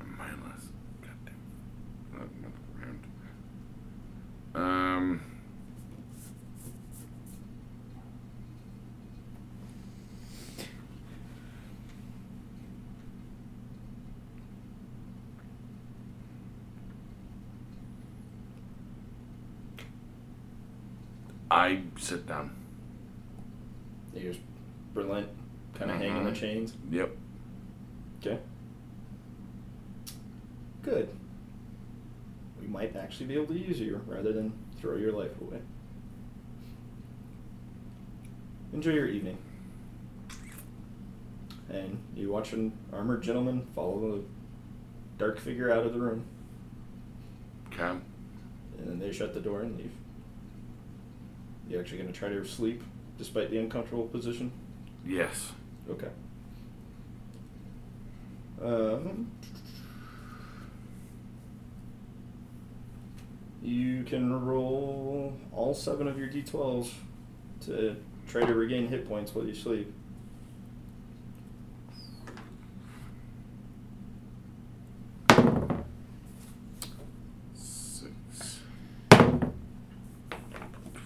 C: I'm mindless. Goddamn. Not another round. Um. I sit down.
D: You just relent, kind of hang in the
C: Mhm.
D: chains.
C: Yep.
D: Okay. Good. We might actually be able to use you rather than throw your life away. Enjoy your evening. And you watch an armored gentleman follow a dark figure out of the room,
C: Okay.
D: and then they shut the door and leave. You actually gonna try to sleep despite the uncomfortable position?
C: Yes.
D: Okay. Um, you can roll all seven of your d12s to try to regain hit points while you sleep.
C: Six.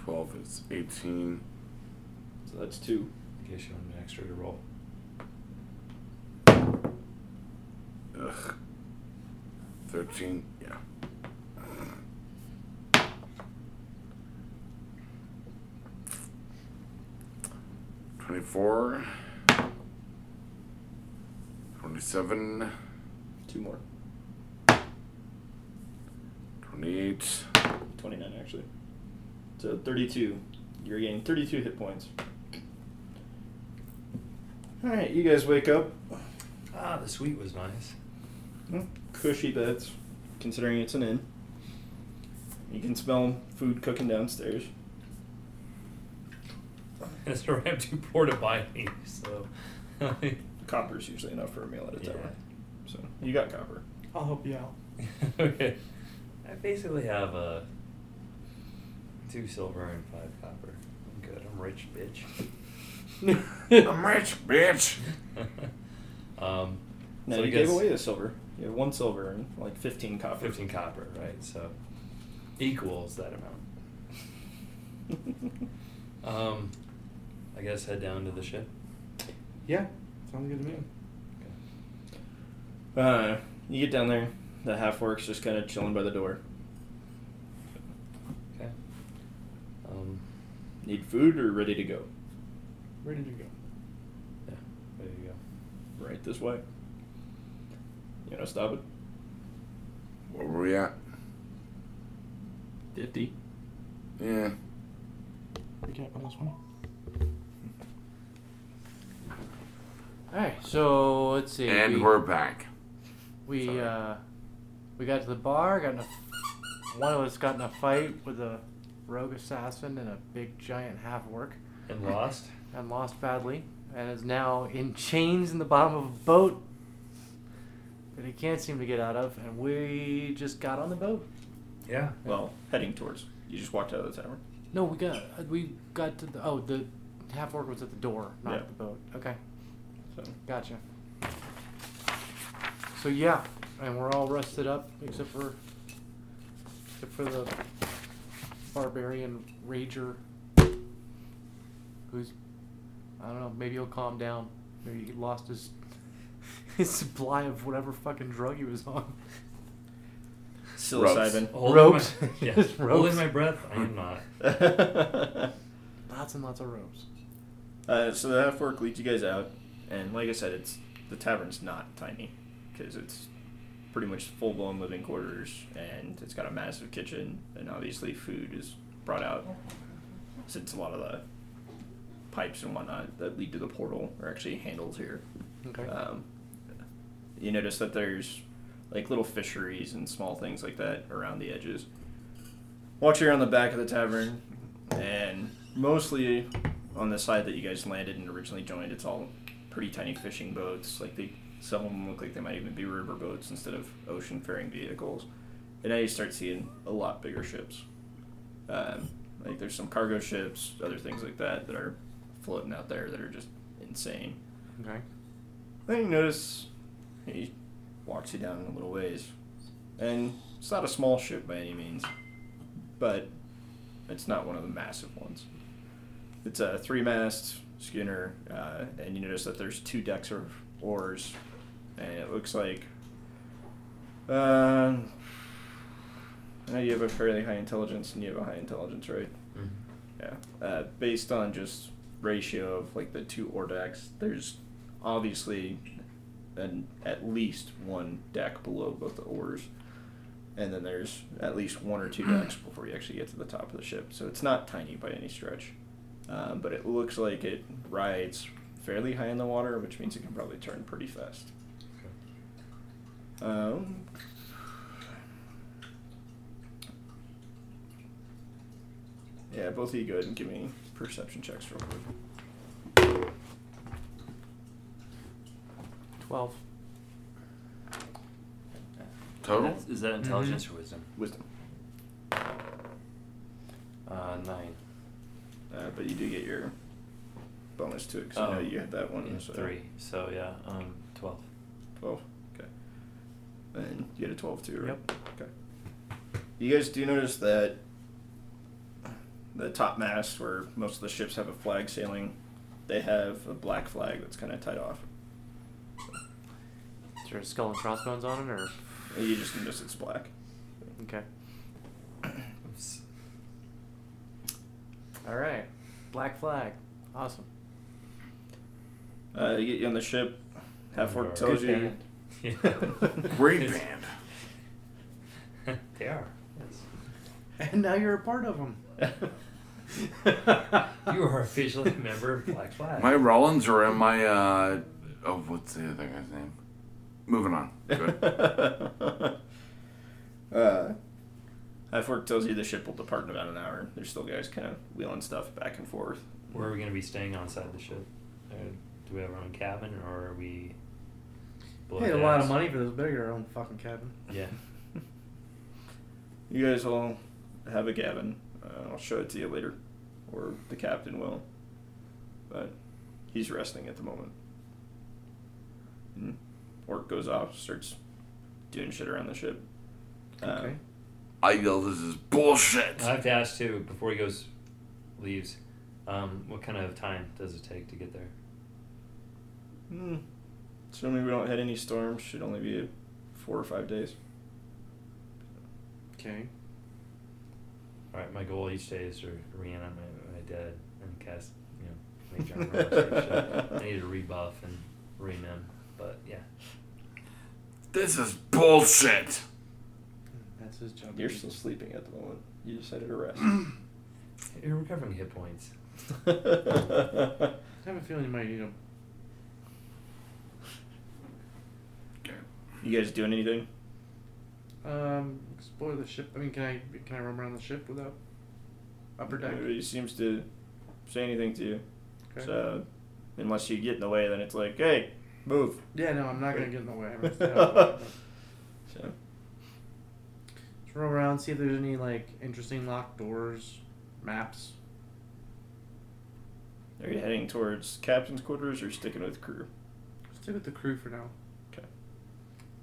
C: Twelve is eighteen.
D: So that's two.
E: I guess you want an extra to roll.
C: Ugh. Thirteen. Yeah. Twenty-four. Twenty-seven.
D: Two more.
C: Twenty-eight.
D: 29, actually. So 32. You're gaining 32 hit points. Alright, you guys wake up.
E: Ah, the suite was nice.
D: Cushy beds, considering it's an inn. You can smell food cooking downstairs.
E: That's where I'm too poor to buy any, so.
D: Copper's usually enough for a meal at a
E: Yeah.
D: tavern. So you got copper.
M: I'll help you out.
E: okay. I basically have uh, two silver and five copper. I'm good. I'm rich,
C: I'm rich, bitch.
E: bitch. um,
D: No,
E: so I
D: you gave
E: guess
D: away the silver. You have one silver and like fifteen copper.
E: 15 copper, right? So equals that amount. Um, I guess head down to the ship.
M: Yeah, sounds good to me.
E: Okay.
D: uh, you get down there. The half orc's just kind of chilling by the door.
E: okay. Um,
D: Need food or ready to go?
M: Ready to go.
E: yeah, there you go.
D: Right this way. You know, stop it.
C: Where were we at?
D: Fifty.
C: Yeah.
M: We can't on this one.
B: Alright, so let's see.
C: And
B: we,
C: we're back.
B: we uh we got to the bar, got in a one of us got in a fight with a rogue assassin and a big giant half orc
E: And lost.
B: and lost badly and is now in chains in the bottom of a boat that he can't seem to get out of and we just got on the boat.
E: Yeah.
D: Well, heading towards. You just walked out of the tavern.
B: No, we got uh, we got to the oh the half orc was at the door, not
D: Yeah.
B: at the boat. Okay,
D: So
B: gotcha. So yeah, and we're all rested up except for except for the barbarian rager who's I don't know, maybe he'll calm down. Maybe he lost his his supply of whatever fucking drug he was on.
D: psilocybin.
E: Holding
B: Ropes.
E: My, yeah.
B: Just ropes.
E: Holding my breath. I am not.
B: Lots and lots of ropes.
D: Uh, so the half orc leads you guys out, and like I said, it's the tavern's not tiny because it's pretty much full blown living quarters, and it's got a massive kitchen, and obviously food is brought out since a lot of the pipes and whatnot that lead to the portal are actually handles here.
B: Okay.
D: Um, you notice that there's like little fisheries and small things like that around the edges. Walks around the back of the tavern, and mostly on the side that you guys landed and originally joined, it's all pretty tiny fishing boats. Like they, some of them look like they might even be river boats instead of ocean faring vehicles. And now you start seeing a lot bigger ships. Um, like there's some cargo ships, other things like that that are floating out there that are just insane.
B: okay.
D: Then you notice he walks you down a little ways. And it's not a small ship by any means, but it's not one of the massive ones. It's a three mast schooner, uh, and you notice that there's two decks of oars, and it looks like. Uh, I know you have a fairly high intelligence, and you have a high intelligence, right?
E: Mhm.
D: Yeah. Uh, based on just ratio of like the two ore decks, there's obviously an at least one deck below both the oars, and then there's at least one or two decks before you actually get to the top of the ship. So it's not tiny by any stretch, um, but it looks like it rides fairly high in the water, which means it can probably turn pretty fast. Um, yeah, both of you go ahead and give me perception checks real quick.
B: Twelve.
C: Total?
E: That's- Is that intelligence
D: Mm-hmm.
E: or wisdom?
D: Wisdom.
E: Uh, nine.
D: Uh, but you do get your bonus to it because I know
E: Oh.
D: you had that one.
E: Yeah,
D: so-
E: three. So yeah, um, twelve.
D: 12. Okay. And you get a 12 too, right?
B: Yep.
D: Okay. You guys do notice that the top mast, where most of the ships have a flag sailing, they have a black flag that's kind of tied off.
B: Is there a skull and crossbones on it or
D: And you just notice it's black.
B: okay? All right, black flag, awesome.
D: Uh, you get you on the ship. Half orc
E: Good
D: tells you.
B: band.
E: Yeah.
C: Great band.
E: they are.
B: And now you're a part of them.
E: You are officially a member of Black Flag.
C: My Rollins or am I, uh, oh, what's the other guy's name? Moving on. Good.
L: Uh,
D: If work tells you the ship will depart in about an hour, there's still guys kind of wheeling stuff back and forth.
E: Where are we going to be staying outside the ship? Uh, do we have our own cabin, or are we? below
B: Paid a lot of
E: decks?
B: money for this bigger own fucking cabin.
E: Yeah.
D: You guys all have a cabin. Uh, I'll show it to you later, or the captain will. But he's resting at the moment. And Orc goes off, starts doing shit around the ship. Uh,
B: Okay.
C: I yell, this is bullshit.
E: I have to ask too before he goes, leaves. Um, what kind of time does it take to get there?
D: Hmm. Assuming we don't hit any storms, should only be four or five days.
B: Okay.
E: All right, my goal each day is to reanimate my dead and cast, you know, make armor and stuff. I need to rebuff and renim, but yeah.
C: This is bullshit.
B: That's his job.
D: Oh, You're still sleeping at the moment. You decided to rest.
E: You're recovering hit points.
B: I have a feeling you might need him.
C: Okay.
D: you guys doing anything?
B: Um, explore the ship. I mean, can I can I roam around the ship without upper deck?
D: Nobody seems to say anything to you.
B: Okay.
D: So, unless you get in the way, then it's like, hey, move.
B: Yeah, no, I'm not gonna get in the way. I'm gonna stay out of the way.
D: so,
B: Just roam around, see if there's any like interesting locked doors, maps.
D: are you heading towards captain's quarters or sticking with crew?
B: Stick with the crew for now.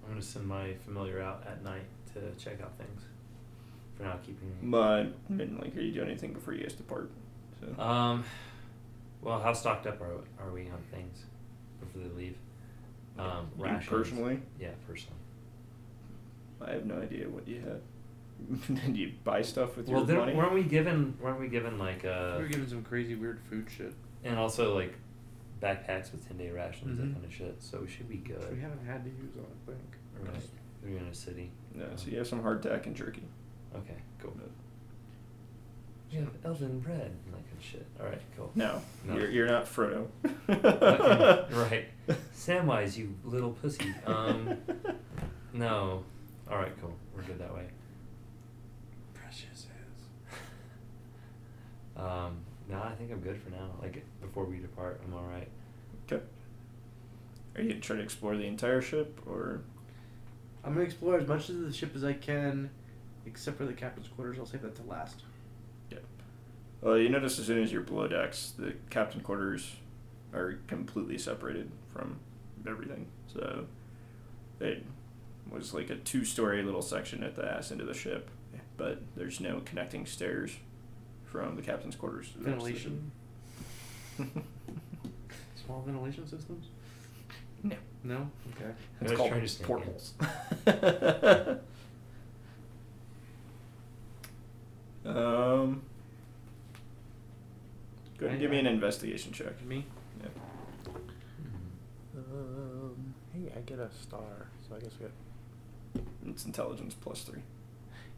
E: I'm gonna send my familiar out at night to check out things. For now, keeping.
D: But, I mean, like, are you doing anything before you guys depart? So,
E: Um, well, how stocked up are, are we on things before they leave? Um,
D: You
E: rations.
D: personally,
E: Yeah, personally.
D: I have no idea what you had. Did you buy stuff with
E: well,
D: your
E: then,
D: money?
E: weren't we given? Weren't we given like uh,
B: we were given some crazy weird food shit.
E: and also like backpacks with ten day rations
B: Mhm.
E: that kind of shit? So we should be
B: which We
E: good.
B: haven't had to use, I don't think.
E: Right. We're in a city. Um,
D: No, so you have some hardtack and jerky.
E: Okay, cool. We have elven bread and that kind of shit. All right, cool.
D: No,
E: No.
D: You're, you're not Frodo.
E: Okay, right. Samwise, you little pussy. Um, no. All right, cool. We're good that way.
B: Precious ass.
E: Um, no, I think I'm good for now. Like before we depart, I'm all right.
D: Okay. Are you trying to explore the entire ship, or
B: I'm gonna explore as much of the ship as I can, except for the captain's quarters. I'll save that to last.
D: Well, you notice as soon as you're below decks, the captain quarters are completely separated from everything. So it was like a two story little section at the ass end of the ship, but there's no connecting stairs from the captain's quarters. To the rest of the ship.
B: Ventilation. Small ventilation systems?
D: No.
B: No? Okay.
D: It's
E: was
D: called
E: trying to sneak in.
D: portholes. um, go ahead and give me an investigation check.
B: Me?
D: Yep.
B: Mm-hmm.
M: Um, hey, I get a star, so I guess we got.
D: It's intelligence plus three.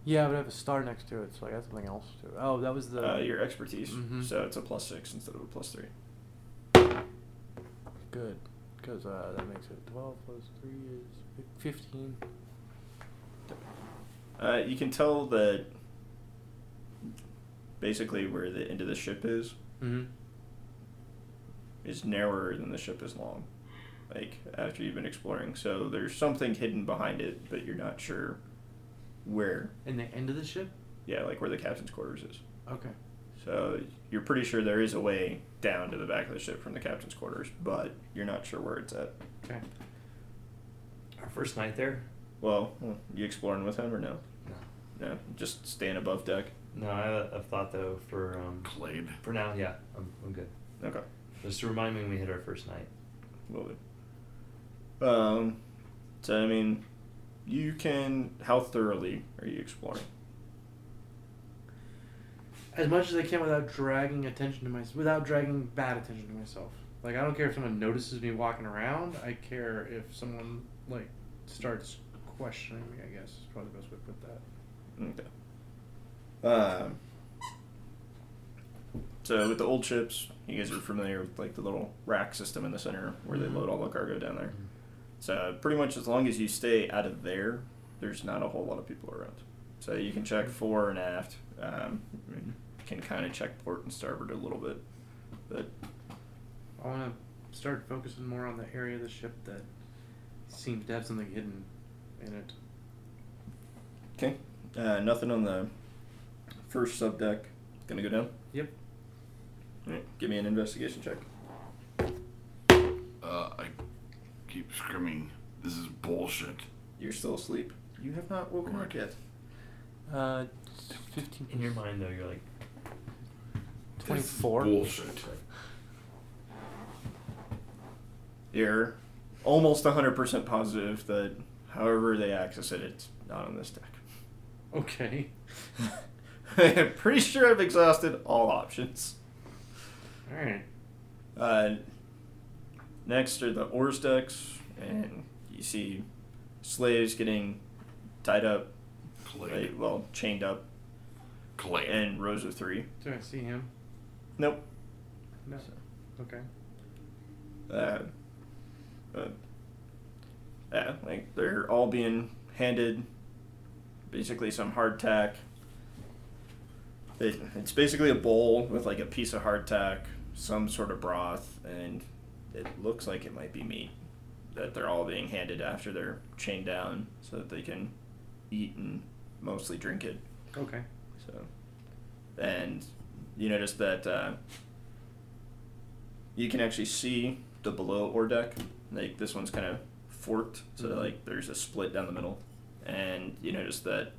M: Yeah, but I have a star next to it, so I got something else to. Oh, that was the
D: uh, your expertise,
E: Mm-hmm.
M: Mhm.
D: so it's a plus six instead of a plus three.
M: good, because uh, that makes it twelve plus three is fif- fifteen.
D: Uh, you can tell that basically where the end of the ship is
B: Mm-hmm.
D: is narrower than the ship is long. Like after you've been exploring, so there's something hidden behind it, but you're not sure where.
B: And the end of the ship?
D: Yeah, like where the captain's quarters is.
B: Okay.
D: So you're pretty sure there is a way down to the back of the ship from the captain's quarters, but you're not sure where it's at.
B: Okay.
E: Our first night there?
D: Well, hmm, you exploring with him or no?
E: No.
D: No, just staying above deck.
E: No, I have a thought though for um,
C: Played.
E: for now. Yeah, I'm, I'm good.
D: Okay.
E: Just to remind me when we hit our first night.
D: Will do. Um, so I mean, you can. How thoroughly are you exploring?
B: As much as I can without dragging attention to my without dragging bad attention to myself. Like I don't care if someone notices me walking around. I care if someone like starts questioning me. I guess is probably the best way to put that.
D: Okay. Um. So with the old ships, you guys are familiar with like the little rack system in the center where they load all the cargo down there. So pretty much as long as you stay out of there, there's not a whole lot of people around. So you can check fore and aft. Um, I mean, you can kind of check port and starboard a little bit, but
B: I want to start focusing more on the area of the ship that seems to have something hidden in it.
D: okay. Uh, nothing on the first sub deck. Gonna go down.
B: Yep.
D: All right, give me an investigation check.
C: Uh, I keep screaming, this is bullshit.
D: You're still asleep. You have not woken up yet.
B: Uh, 15.
E: In your mind, though, you're like,
C: This is
B: 24?
C: Bullshit.
D: You're almost 100% positive that however they access it, it's not on this
B: Okay.
D: deck. I'm pretty sure I've exhausted all options.
B: Alright.
D: Uh, next are the oars decks, and you see slaves getting tied up,
C: Clay.
D: like, well, chained up,
C: Clay.
D: in rows of three.
B: Do I see him?
D: Nope.
B: No. Okay.
D: uh, uh, yeah, like they're all being handed basically some hardtack. It, it's basically a bowl with like a piece of hardtack, some sort of broth, and it looks like it might be meat that they're all being handed after they're chained down so that they can eat and mostly drink it.
B: Okay.
D: So, and you notice that uh, you can actually see the below or deck. Like this one's kind of forked, so
B: Mhm.
D: like there's a split down the middle, and you notice that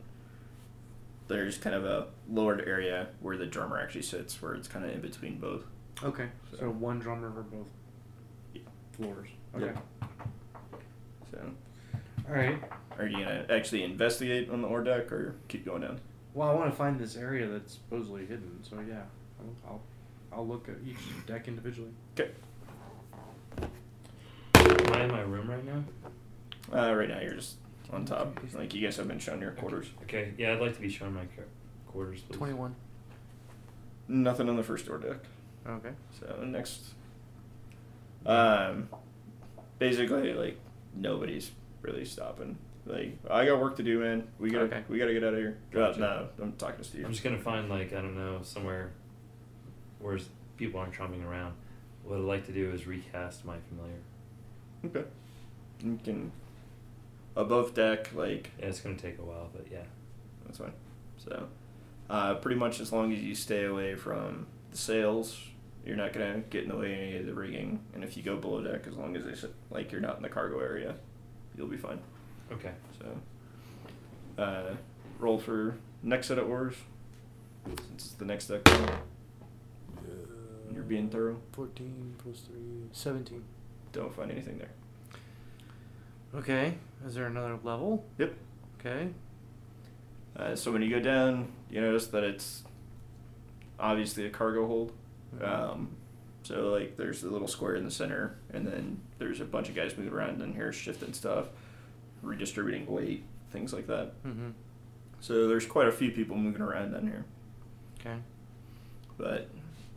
D: there's kind of a lowered area where the drummer actually sits, where it's kind of in between both.
B: Okay.
D: So-
B: So, one drummer for both
D: Yeah.
B: floors.
D: Yep.
B: Okay.
D: So,
B: Alright.
D: are you gonna actually investigate on the or deck, or keep going down?
B: Well, I want to find this area that's supposedly hidden, so yeah. I'll, I'll, I'll look at each deck individually.
D: Okay.
E: am I in my room right now?
D: Uh, right now you're just on top. Like you guys have been shown your quarters.
E: Okay, yeah, I'd like to be shown my qu- quarters, please.
B: 21.
D: Nothing on the first or deck.
B: Okay.
D: So next, um, basically like nobody's really stopping. Like I got work to do, man. We gotta
B: Okay.
D: we gotta get out of here. Uh,
E: Gotcha.
D: no, I'm talking to Steve.
E: I'm just gonna find like I don't know somewhere where s- people aren't tromping around. What I'd like to do is recast my familiar.
D: okay. You can above deck like
E: Yeah, it's gonna take a while, but yeah.
D: that's fine. So, uh, pretty much as long as you stay away from the sails, you're not gonna get in the way of any of the rigging. And if you go below deck, as long as they sit, like you're not in the cargo area, you'll be fine.
E: Okay.
D: So, uh, roll for next set of oars. Since it's the next deck, Uh, you're being thorough.
M: 14 plus 3, 17.
D: Don't find anything there.
B: Okay. Is there another level?
D: Yep.
B: Okay.
D: Uh, so when you go down, you notice that it's obviously a cargo hold. Um, so like there's the little square in the center, and then there's a bunch of guys moving around in here, shifting stuff, redistributing weight, things like that.
B: Mm-hmm.
D: So there's quite a few people moving around down here.
B: Okay.
D: but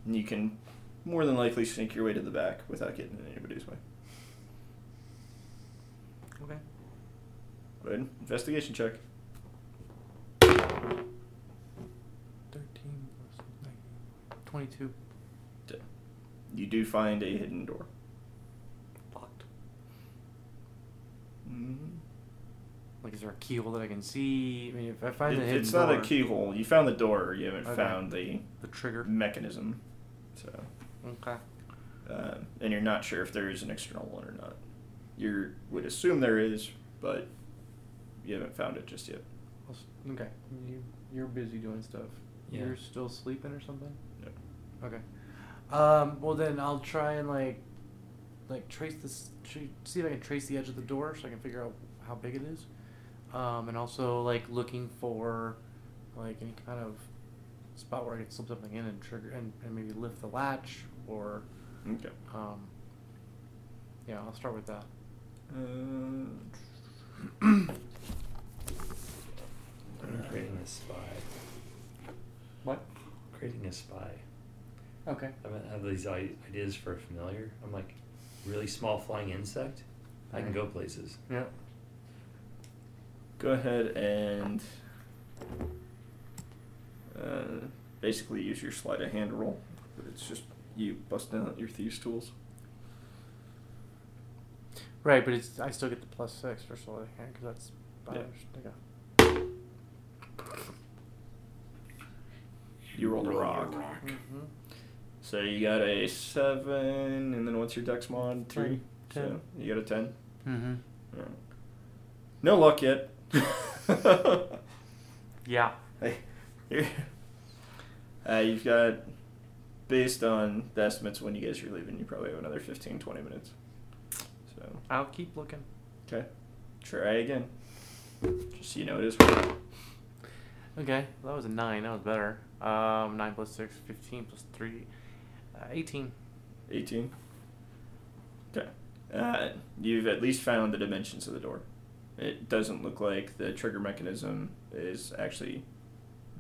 D: you can more than likely sneak your way to the back without getting in anybody's way.
B: Okay.
D: Go ahead, investigation check.
M: 13 plus 19.
B: 22.
D: You do find a hidden door.
B: Locked.
D: Mm-hmm.
B: Like, is there a keyhole that I can see? I mean, if I find the hidden
D: it's not a
B: door-
D: keyhole. You found the door. You haven't
B: Okay.
D: found the
B: The trigger.
D: mechanism. So,
B: Okay.
D: uh, and you're not sure if there is an external one or not. You would assume there is, but you haven't found it just yet.
B: Well, s- Okay. You, you're busy doing stuff.
E: Yeah.
B: You're still sleeping or something?
D: No.
B: Okay. Um, well then I'll try and like, like trace this. tr- See if I can trace the edge of the door so I can figure out how big it is. Um, and also like looking for, like any kind of spot where I can slip something in and trigger and, and maybe lift the latch or,
D: Okay.
B: um, yeah. I'll start with that.
D: Uh,
E: I'm creating a spy.
B: What?
E: Creating a spy.
B: Okay.
E: I might have these i- ideas for a familiar. I'm like, really small flying insect. I can go places.
B: Yeah.
D: Go ahead and uh, basically use your sleight of hand roll, but it's just you busting out your thieves' tools.
B: Right, but it's I still get the plus six for sleight of hand because that's
D: Yeah.
B: Irish. Yeah.
D: You rolled a rock.
B: Mhm.
D: So you got a seven, and then what's your dex mod? Three. So
B: Ten.
D: you got a ten.
B: Mm-hmm.
D: Alright. No luck yet.
B: Yeah.
D: Hey, here. Uh, you've got, based on the estimates when you guys are leaving, you probably have another 15, 20 minutes. So,
B: I'll keep looking.
D: okay. Try again. Just so you know it is hard.
B: Okay, that was a nine. That was better. Um, nine plus six, 15 plus three, uh, 18.
D: 18. Okay. Uh, you've at least found the dimensions of the door. It doesn't look like the trigger mechanism is actually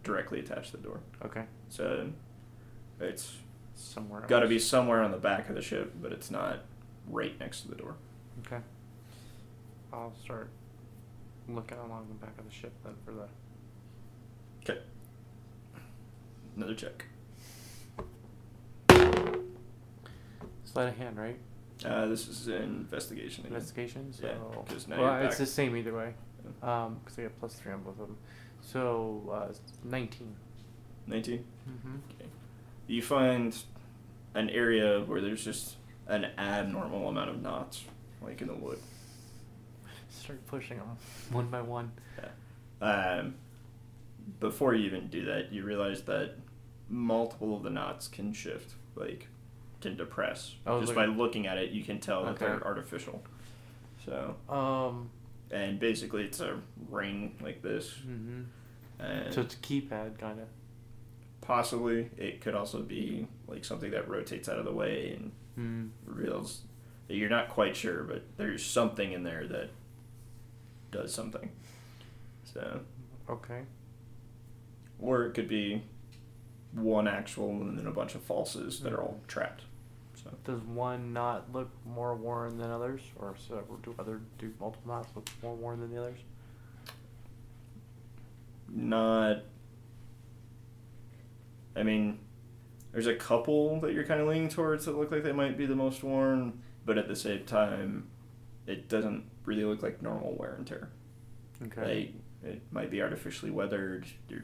D: directly attached to the door.
B: Okay,
D: So, it's
B: somewhere.
D: got to
B: else.
D: be somewhere on the back of the ship, but it's not right next to the door.
B: Okay. I'll start looking along the back of the ship then for the.
D: Okay. Another check.
B: Sleight of hand, right?
D: Uh, this is an investigation. Again.
B: Investigation. So.
D: Yeah, 'cause now
B: well,
D: you're
B: it's
D: back.
B: the same either way. Um, because I got plus three on both of them. So uh, it's 19.
D: 19.
B: Mm-hmm.
D: Okay. You find an area where there's just an abnormal amount of knots, like in the wood.
B: Start pushing them one by one.
D: Um, before you even do that, you realize that multiple of the knots can shift, like can depress.
B: I was
D: Just by
B: looking-
D: looking at it, you can tell that
B: Okay.
D: they're artificial. So,
B: Um.
D: and basically, it's a ring like this.
B: hmm
D: And
B: So it's a keypad kind of.
D: Possibly. It could also be like something that rotates out of the way and
B: Mm.
D: reveals that you're not quite sure, but there's something in there that does something. So,
B: Okay.
D: or it could be one actual and then a bunch of falses that are all trapped. So,
B: Does one not look more worn than others, or so, or do other do multiple knots look more worn than the others?
D: not. I mean, there's a couple that you're kind of leaning towards that look like they might be the most worn, but at the same time, it doesn't really look like normal wear and tear.
B: Okay.
D: Like it might be artificially weathered. You're,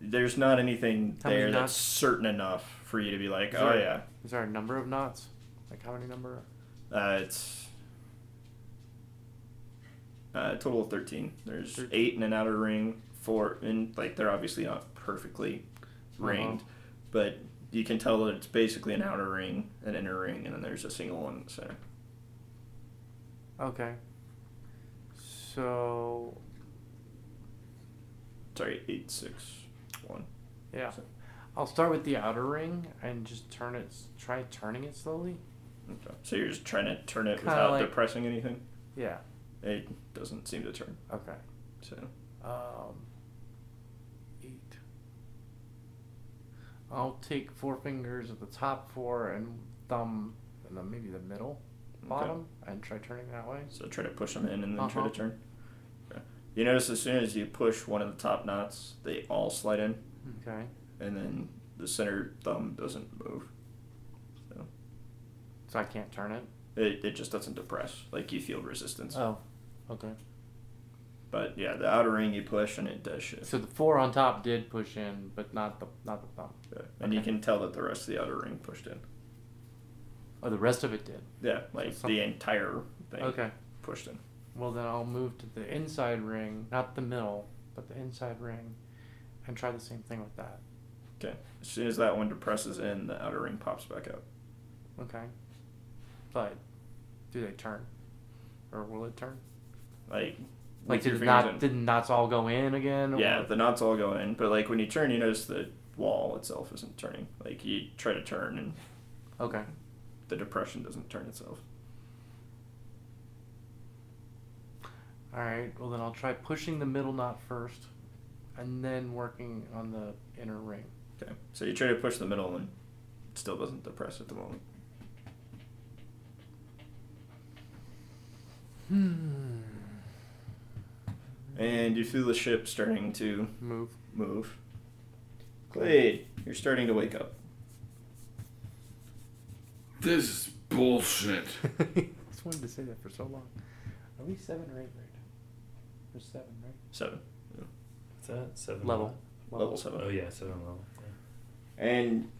D: there's not anything
B: How many
D: there that's
B: knots?
D: certain enough for you to be like,
B: Is
D: oh yeah,
B: there- Is there a number of knots? Like how many number?
D: uh, it's uh, a total of thirteen. There's
B: Thir-
D: eight in an outer ring, four in like they're obviously not perfectly ringed,
B: Uh-huh.
D: but you can tell that it's basically an outer ring, an inner ring, and then there's a single one in the center.
B: Okay. So
D: Sorry, eight, six, one.
B: yeah,
D: So-
B: I'll start with the outer ring and just turn it. s- Try turning it slowly.
D: Okay. So you're just trying to turn it
B: Kinda
D: without
B: like-
D: depressing anything.
B: Yeah.
D: It doesn't seem to turn.
B: Okay.
D: So
B: Um. Eight. I'll take four fingers at the top four and thumb and then maybe the middle
D: okay.
B: bottom and try turning that way.
D: So try to push them in and then try
B: Uh-huh.
D: to turn. Okay. You notice as soon as you push one of the top knots, they all slide in,
B: Okay.
D: and then the center thumb doesn't move. So
B: So I can't turn it.
D: it, it just doesn't depress. Like you feel resistance.
B: Oh. Okay.
D: But yeah, the outer ring you push and it does shift.
B: So the four on top did push in, but not the not the thumb.
D: Okay. And you
B: okay.
D: can tell that the rest of the outer ring pushed in.
B: Oh, the rest of it did.
D: Yeah, like
B: some-
D: the entire thing
B: Okay.
D: pushed in.
B: Well, then I'll move to the inside ring, not the middle, but the inside ring, and try the same thing with that.
D: Okay. As soon as that one depresses in, the outer ring pops back out.
B: Okay. But do they turn, or will it turn?
D: Like
B: Like
D: with
B: did
D: your
B: the
D: fingers
B: knot
D: in.
B: did the knots all go in again?
D: Yeah,
B: or-
D: the knots all go in, but like when you turn, you notice the wall itself isn't turning. Like you try to turn, and
B: Okay.
D: the depression doesn't turn itself.
B: All right. Well, then I'll try pushing the middle knot first, and then working on the inner ring.
D: Okay, so you try to push the middle, and it still doesn't depress at the moment.
B: Hmm.
D: And you feel the ship starting to
B: Move.
D: move. Clade, you're starting to wake up.
C: This is bullshit.
B: I just wanted to say that for so long. Are we seven or eight right now? We're seven, right?
D: Seven.
E: What's that? Seven
I: Level.
D: Level
E: level?
D: seven.
E: Oh yeah, seven level.
D: And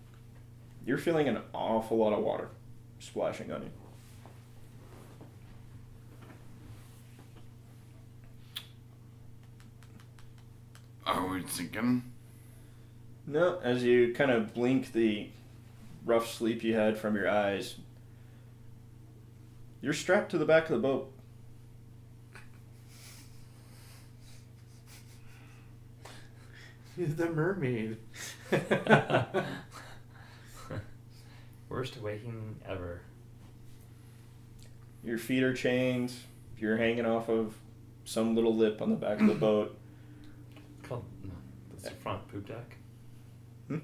D: you're feeling an awful lot of water splashing on you.
C: Are we thinking?
D: No, as you kind of blink the rough sleep you had from your eyes, you're strapped to the back of the boat.
B: the mermaid.
E: Worst waking ever.
D: Your feet are chained. You're hanging off of some little lip on the back of the boat.
E: Called no, that's the front poop deck.
D: Hmm?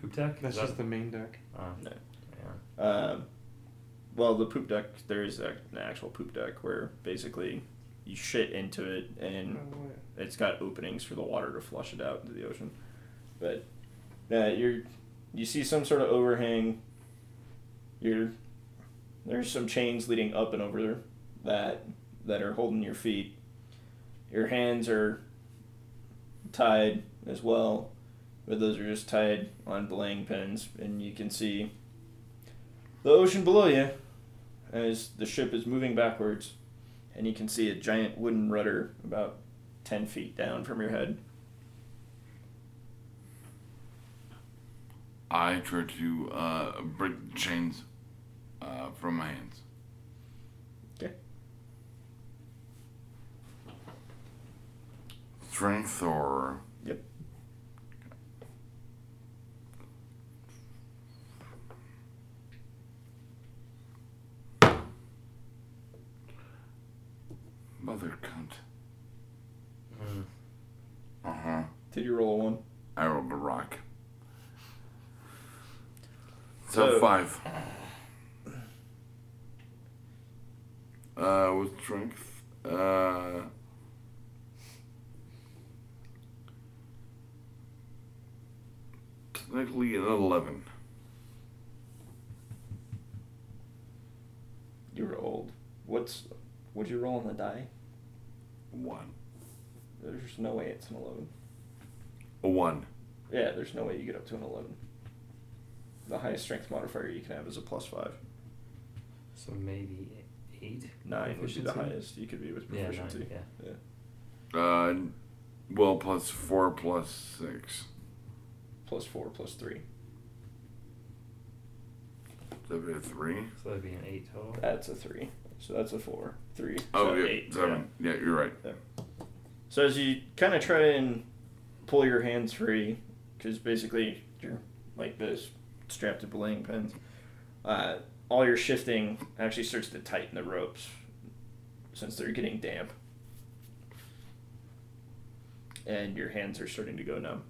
E: Poop deck.
B: That's
E: Is that-
B: just the main deck.
E: Uh,
D: No.
E: Yeah.
D: Um, well, the poop deck, there is a- an actual poop deck where basically you shit into it and
B: Oh,
D: it's got openings for the water to flush it out into the ocean. But uh, you're you see some sort of overhang. You're there's some chains leading up and over that that are holding your feet. Your hands are tied as well, but those are just tied on belaying pins, and you can see the ocean below you as the ship is moving backwards, and you can see a giant wooden rudder about 10 feet down from your head.
C: I try to uh, break the chains uh, from my hands.
D: Okay.
C: Strength or
D: Yep.
C: mother cunt.
E: Mm.
C: Uh huh.
D: Did you roll a one?
C: I rolled a rock. So,
D: So-
C: five. Uh, with strength. Uh. Technically an eleven.
D: You rolled. What's. What'd you roll on the die?
C: One.
D: There's no way it's an 11.
C: A one.
D: Yeah, there's no way you get up to an 11. The highest strength modifier you can have is a plus 5.
E: So maybe eight.
D: 9 would be the
E: Proficiency?
D: highest you could be with
E: Yeah, nine,
D: proficiency.
E: yeah.
D: yeah.
C: Uh, well, plus four, plus six.
D: Plus 4, plus 3.
C: That'd be a three.
E: So that'd be an eight total.
D: That's a 3. So that's a 4. 3.
C: Oh,
D: so
C: yeah,
D: eight,
C: seven. Yeah. you're right.
D: So as you kind of try and pull your hands free, because basically you're like this, strapped to belaying pins, uh, all your shifting actually starts to tighten the ropes since they're getting damp. And your hands are starting to go numb.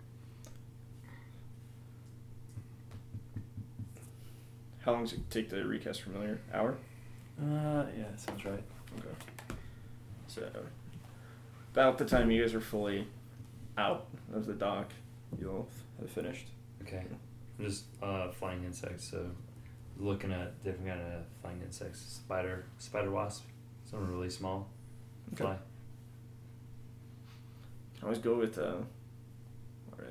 D: How long does it take to recast familiar? Hour?
I: Uh, yeah, sounds right.
D: Okay. So, about the time you guys are fully out of the dock, you'll have finished.
E: Okay. I'm just uh, flying insects, so looking at different kind of flying insects. Spider, spider wasp. Some really small.
D: Okay.
E: Fly.
D: I always go with, uh, what are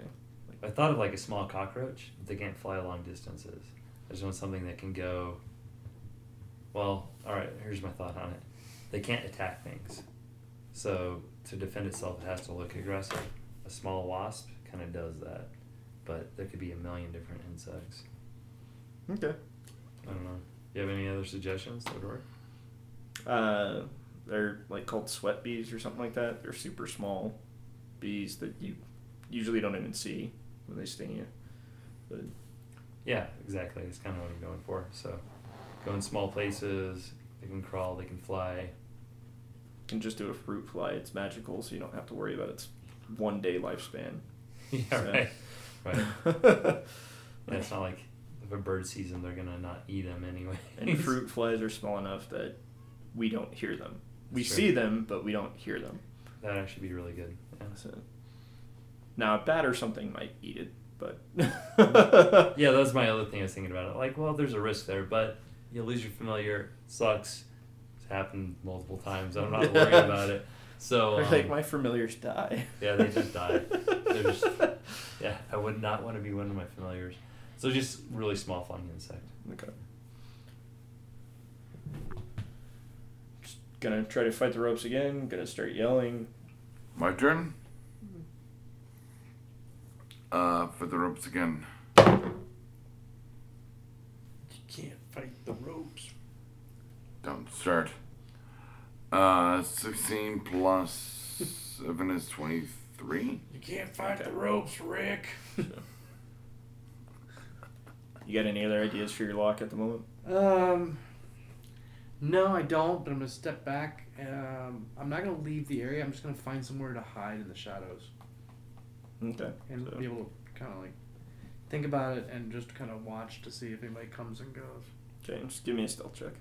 E: I thought of like a small cockroach. But they can't fly long distances. I just want something that can go. Well, all right. Here's my thought on it. They can't attack things, so to defend itself, it has to look aggressive. A small wasp kind of does that, but there could be a million different insects.
D: they? Okay.
E: I don't know. You have any other suggestions that would work?
D: Uh, they're like called sweat bees or something like that. They're super small bees that you usually don't even see when they sting you. But
E: Yeah, exactly. That's kind of what I'm going for. So, go in small places. They can crawl. They can fly.
D: you can just do a fruit fly. It's magical, so you don't have to worry about its one day lifespan.
E: yeah,
D: So-
E: right. Right. Yeah, it's not like if a bird sees them, they're gonna not eat them anyway.
D: and fruit flies are small enough that we don't hear them. we
E: Sure.
D: see them, but we don't hear them.
E: That'd actually be really good. Yeah,
D: So now a bat or something might eat it, but
E: yeah that was my other thing I was thinking about. It. Like, well, there's a risk there, but you lose your familiar. Sucks. It's happened multiple times. I'm not worried
D: Yeah.
E: about it. So
D: Or
E: um,
D: like my familiars die.
E: Yeah, they just die. They're just- yeah, I would not want to be one of my familiars. So just really small flying insect.
D: Okay. Just gonna try to fight the ropes again. Gonna start yelling.
C: My turn. Uh, for the ropes again.
D: You can't fight the ropes.
C: Don't start. Uh, 16 plus 7 is 23.
D: You can't fight the ropes, Rick. you got any other ideas for your lock at the moment?
B: Um, no, I don't. But I'm gonna step back. Um, I'm not gonna leave the area. I'm just gonna find somewhere to hide in the shadows
D: Okay.
B: and
D: so-
B: be able to kind of like think about it and just kind of watch to see if anybody comes and goes.
D: Okay, just give me a stealth check.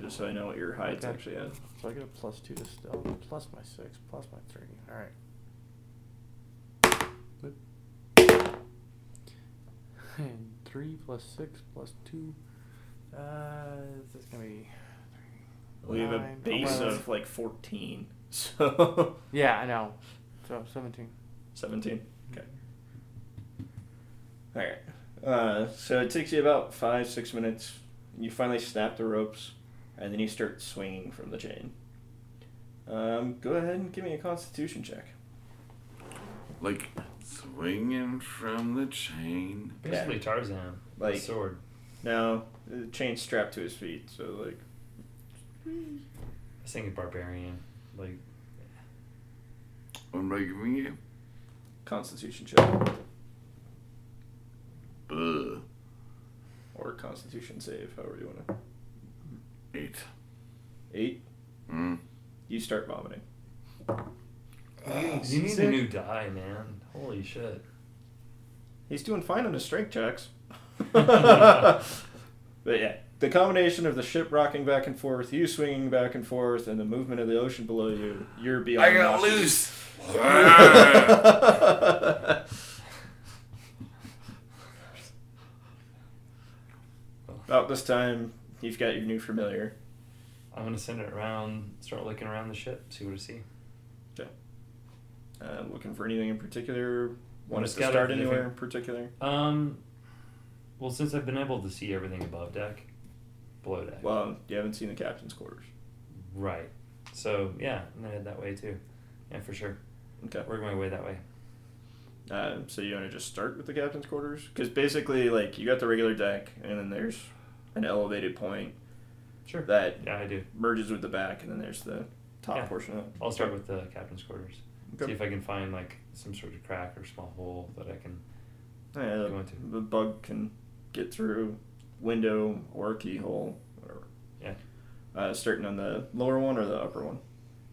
D: Just so I know what your hide's
M: Okay.
D: actually at.
M: So I get a plus two to stealth, plus my six, plus my three. All right. Boop. And three plus six plus two. Uh, this is gonna be.
D: We have a
M: Nine,
D: base
M: eleven.
D: of like 14. So
M: Yeah, I know. So seventeen.
D: 17. Okay. All right. Uh, so it takes you about five, six minutes. You finally snap the ropes, and then you start swinging from the chain. Um, go ahead and give me a Constitution check.
C: Like, swinging from the chain.
E: Basically Tarzan. Like
D: Like-
E: sword.
D: No, the chain's strapped to his feet, so like
E: I was thinking barbarian. Like
C: What am I giving Oh, you?
D: Constitution check
C: Ugh.
D: or Constitution save, however you want to.
C: 8.
D: Eight.
C: Mm.
D: You start vomiting.
B: Uh,
E: you need a new die, man. Holy shit.
D: He's doing fine on his strength checks. but yeah, the combination of the ship rocking back and forth, you swinging back and forth, and the movement of the ocean below you, you're beyond.
C: I got
D: nauseous.
C: loose!
D: About this time, you've got your new familiar.
E: I'm gonna send it around, start looking around the ship, see what I see.
D: Uh, looking for anything in particular? Want us to
E: scout
D: start
E: out the
D: anywhere in
E: different-
D: particular?
E: Um well since I've been able to see everything above deck, below deck.
D: Well, you haven't seen the captain's quarters.
E: right. So yeah, I'm gonna head that way too. Yeah, for sure.
D: Okay.
E: Work my way that way.
D: Uh, so you want to just start with the captain's quarters? Because basically, like you got the regular deck, and then there's an elevated point
E: Sure.
D: that
E: Yeah, I do.
D: merges with the back, and then there's the top
E: Yeah.
D: portion of it.
E: I'll start with the captain's quarters. See
D: Okay.
E: if I can find like some sort of crack or small hole that I can.
D: Yeah,
E: You want
D: the,
E: to.
D: the bug can get through window or keyhole, whatever.
E: Yeah.
D: Uh, starting on the lower one or the upper one?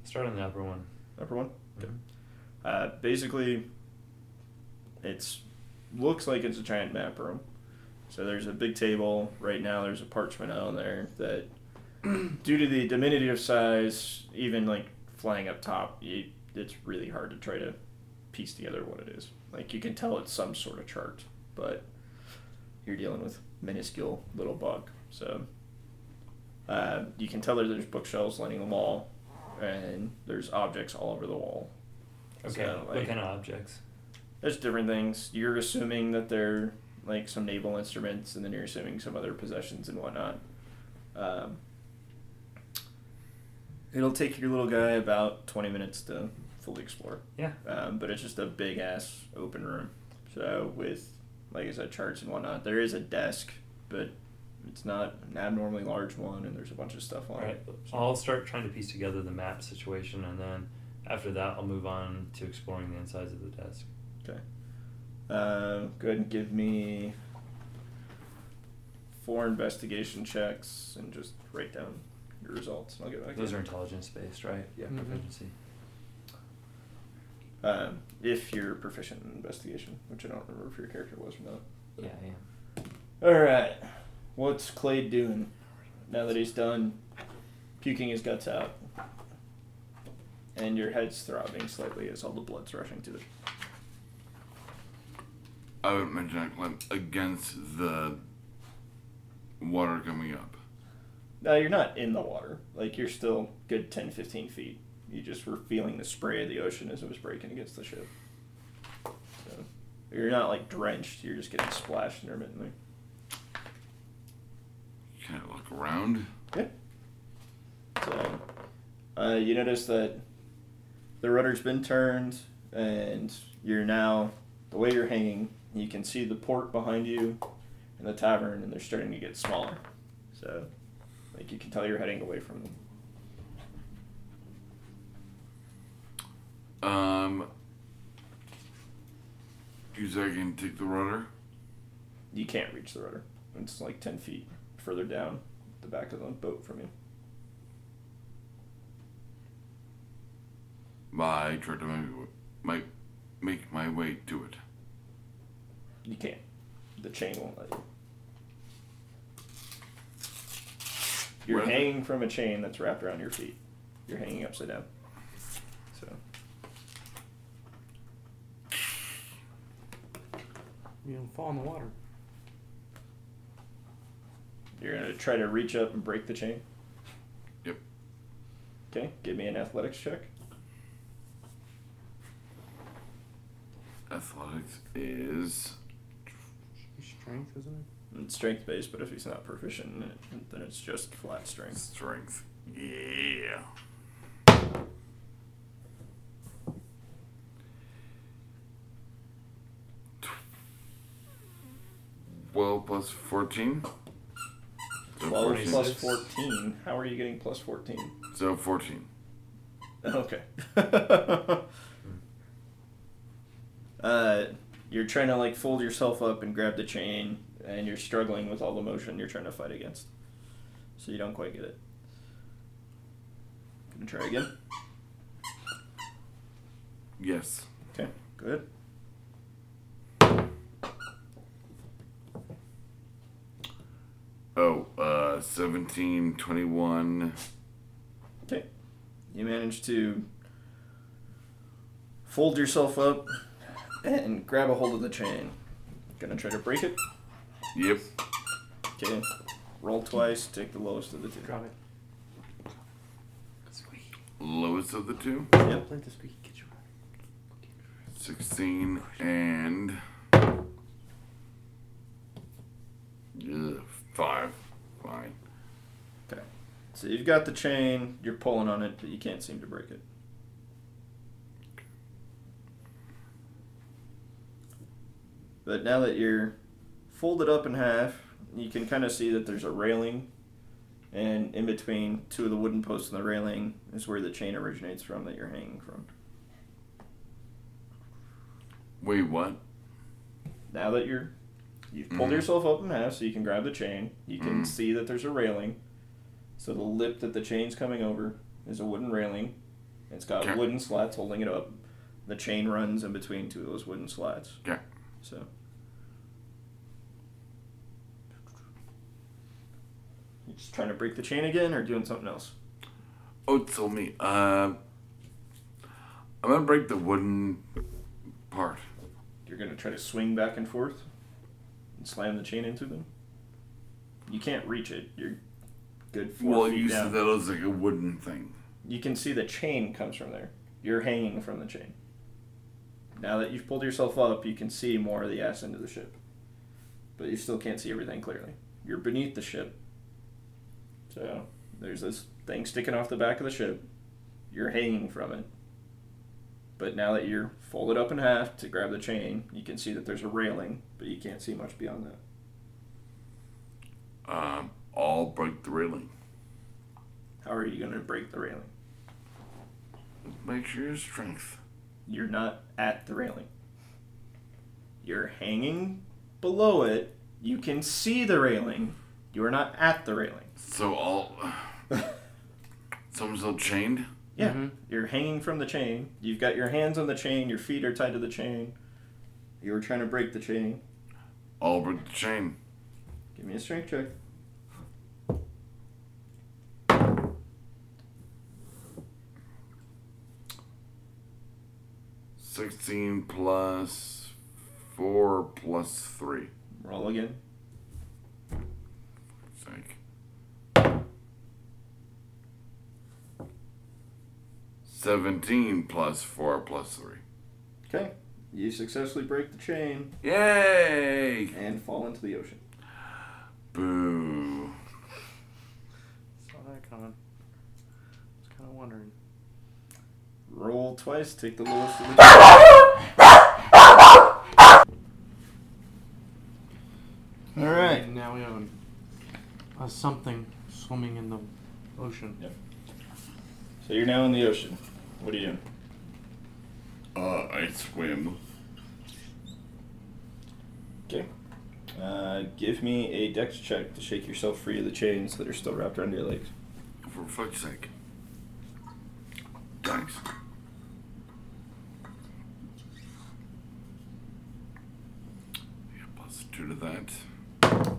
E: Start on the upper one.
D: Upper one. Okay.
E: Mhm.
D: Uh, basically, it's looks like it's a giant map room. So there's a big table right now. There's a parchment out on there that, due to the diminutive size, even like flying up top, you, it's really hard to try to piece together what it is. Like you can tell it's some sort of chart, but you're dealing with minuscule little bug. So uh, you can tell that there's bookshelves lining the wall, and there's objects all over the wall.
E: Okay.
D: So,
E: what
D: like-
E: kind of objects?
D: There's different things. You're assuming that they're like some naval instruments, and then you're assuming some other possessions and whatnot. Um, it'll take your little guy about 20 minutes to fully explore.
E: Yeah.
D: Um, but it's just a big ass open room. So, with, like I said, charts and whatnot, there is a desk, but it's not an abnormally large one, and there's a bunch of stuff on
E: All right.
D: it.
E: I'll start trying to piece together the map situation, and then after that, I'll move on to exploring the insides of the desk.
D: Okay. Uh, go ahead and give me four investigation checks and just write down your results, and I'll get back. to
E: Those
D: you.
E: are intelligence based, right? Yeah.
B: Mhm.
E: Proficiency.
D: Um, if you're proficient in investigation, which I don't remember if your character was or not.
E: Yeah. Yeah.
D: All right, what's Clay doing now that he's done puking his guts out. And your head's throbbing slightly as all the blood's rushing to it.
C: I would mention I climb against the water coming up.
D: No, Uh, you're not in the water. Like, you're still good 10, 15 feet. You just were feeling the spray of the ocean as it was breaking against the ship. So, you're not, like, drenched. You're just getting splashed intermittently.
C: Can I look around?
D: So, uh, you notice that the rudder's been turned, and you're now the way you're hanging. You can see the port behind you, and the tavern, and they're starting to get smaller. So, like you can tell you're heading away from them.
C: Um, you say I can take the rudder?
D: You can't reach the rudder. It's like ten feet further down the back of the boat from you.
C: I try to make, my, make my way to it.
D: You can't. The chain won't let you. You're
C: Where-
D: hanging from a chain that's wrapped around your feet. You're hanging upside down. So.
M: You don't fall in the water.
D: You're gonna try to reach up and break the chain.
C: Yep.
D: Okay, give me an athletics check.
C: Athletics is
M: Strength, isn't it?
D: It's strength based, but if he's not proficient in it, then it's just flat strength.
C: strength. Yeah. Well, plus 14. So
D: Well,
C: 14.
D: plus fourteen. How are you getting plus fourteen?
C: So 14.
D: Okay. uh, you're trying to like fold yourself up and grab the chain, and you're struggling with all the motion you're trying to fight against. So you don't quite get it. Gonna try again.
C: Yes.
D: Okay, good.
C: Oh, uh, 17, 21.
D: Okay. You manage to fold yourself up and grab a hold of the chain. Gonna try to break it.
C: Yep.
D: Okay. Roll twice, take the lowest of the two.
M: Drop it.
C: Lowest of the two.
D: Yep.
M: Plant the squeaky get your
C: 16 and. Ugh, five. Fine.
D: So you've got the chain, you're pulling on it, but you can't seem to break it. But now that you're folded up in half, you can kind of see that there's a railing, and in between two of the wooden posts and the railing is where the chain originates from that you're hanging from.
C: Wait, what?
D: now that you're you've pulled
C: Mhm.
D: yourself up in half so you can grab the chain you can
C: Mhm.
D: see that there's a railing so the lip that the chain's coming over is a wooden railing it's got
C: Okay.
D: wooden slats holding it up the chain runs in between two of those wooden slats
C: Okay.
D: so you just trying to break the chain again or doing something else
C: Oh, tell me. Uh, I'm gonna break the wooden part.
D: You're gonna try to swing back and forth and slam the chain into them. You can't reach it. You're good four
C: well,
D: feet
C: you
D: down.
C: said that was like a wooden thing.
D: You can see the chain comes from there. You're hanging from the chain. Now that you've pulled yourself up, you can see more of the ass end of the ship, but you still can't see everything clearly. You're beneath the ship, so there's this thing sticking off the back of the ship. You're hanging from it. But now that you're folded up in half to grab the chain, you can see that there's a railing, but you can't see much beyond that.
C: Um, I'll break the railing.
D: How are you going to break the railing?
C: Make sure your strength.
D: You're not at the railing. You're hanging below it. You can see the railing. You are not at the railing.
C: So I'll. so I'm still chained.
D: Yeah.
L: Mm-hmm.
B: Mm-hmm.
D: You're hanging from the chain. You've got your hands on the chain. Your feet are tied to the chain. You were trying to break the chain.
C: I'll break the chain.
D: Give me a strength check.
C: 16 plus 4 plus 3.
D: Roll again.
C: Psych. 17 plus 4 plus 3.
D: Okay. You successfully break the chain
C: Yay!
D: and fall into the ocean.
C: Boo.
M: Saw that coming. I was kind of wondering.
D: Roll twice, take the lowest of the
L: All right.
M: And now we have an, a something swimming in the ocean.
D: So you're now in the ocean. What are you doing?
C: Uh, I swim.
D: Okay. Uh, give me a dex check to shake yourself free of the chains that are still wrapped around your legs.
C: For fuck's sake. Thanks. Yeah, plus two to that.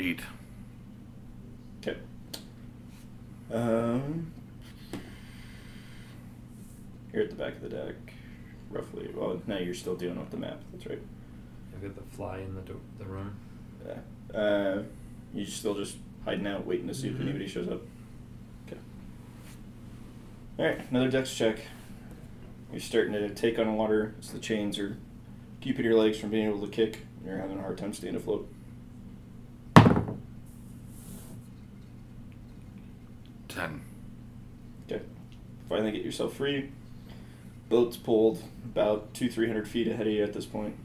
C: Eight.
D: Okay. Um, you're at the back of the deck, roughly. Well, no, you're still dealing with the map. That's right.
E: I've got the fly in the, do- the room.
D: Yeah. Uh, you're still just hiding out, waiting to see if anybody shows up. Okay. All right, another dex check. You're starting to take on water. It's the chains are keeping your legs from being able to kick. and You're having a hard time staying afloat.
C: Ten.
D: Okay. Finally get yourself free. Boat's pulled about two, three hundred feet ahead of you at this point.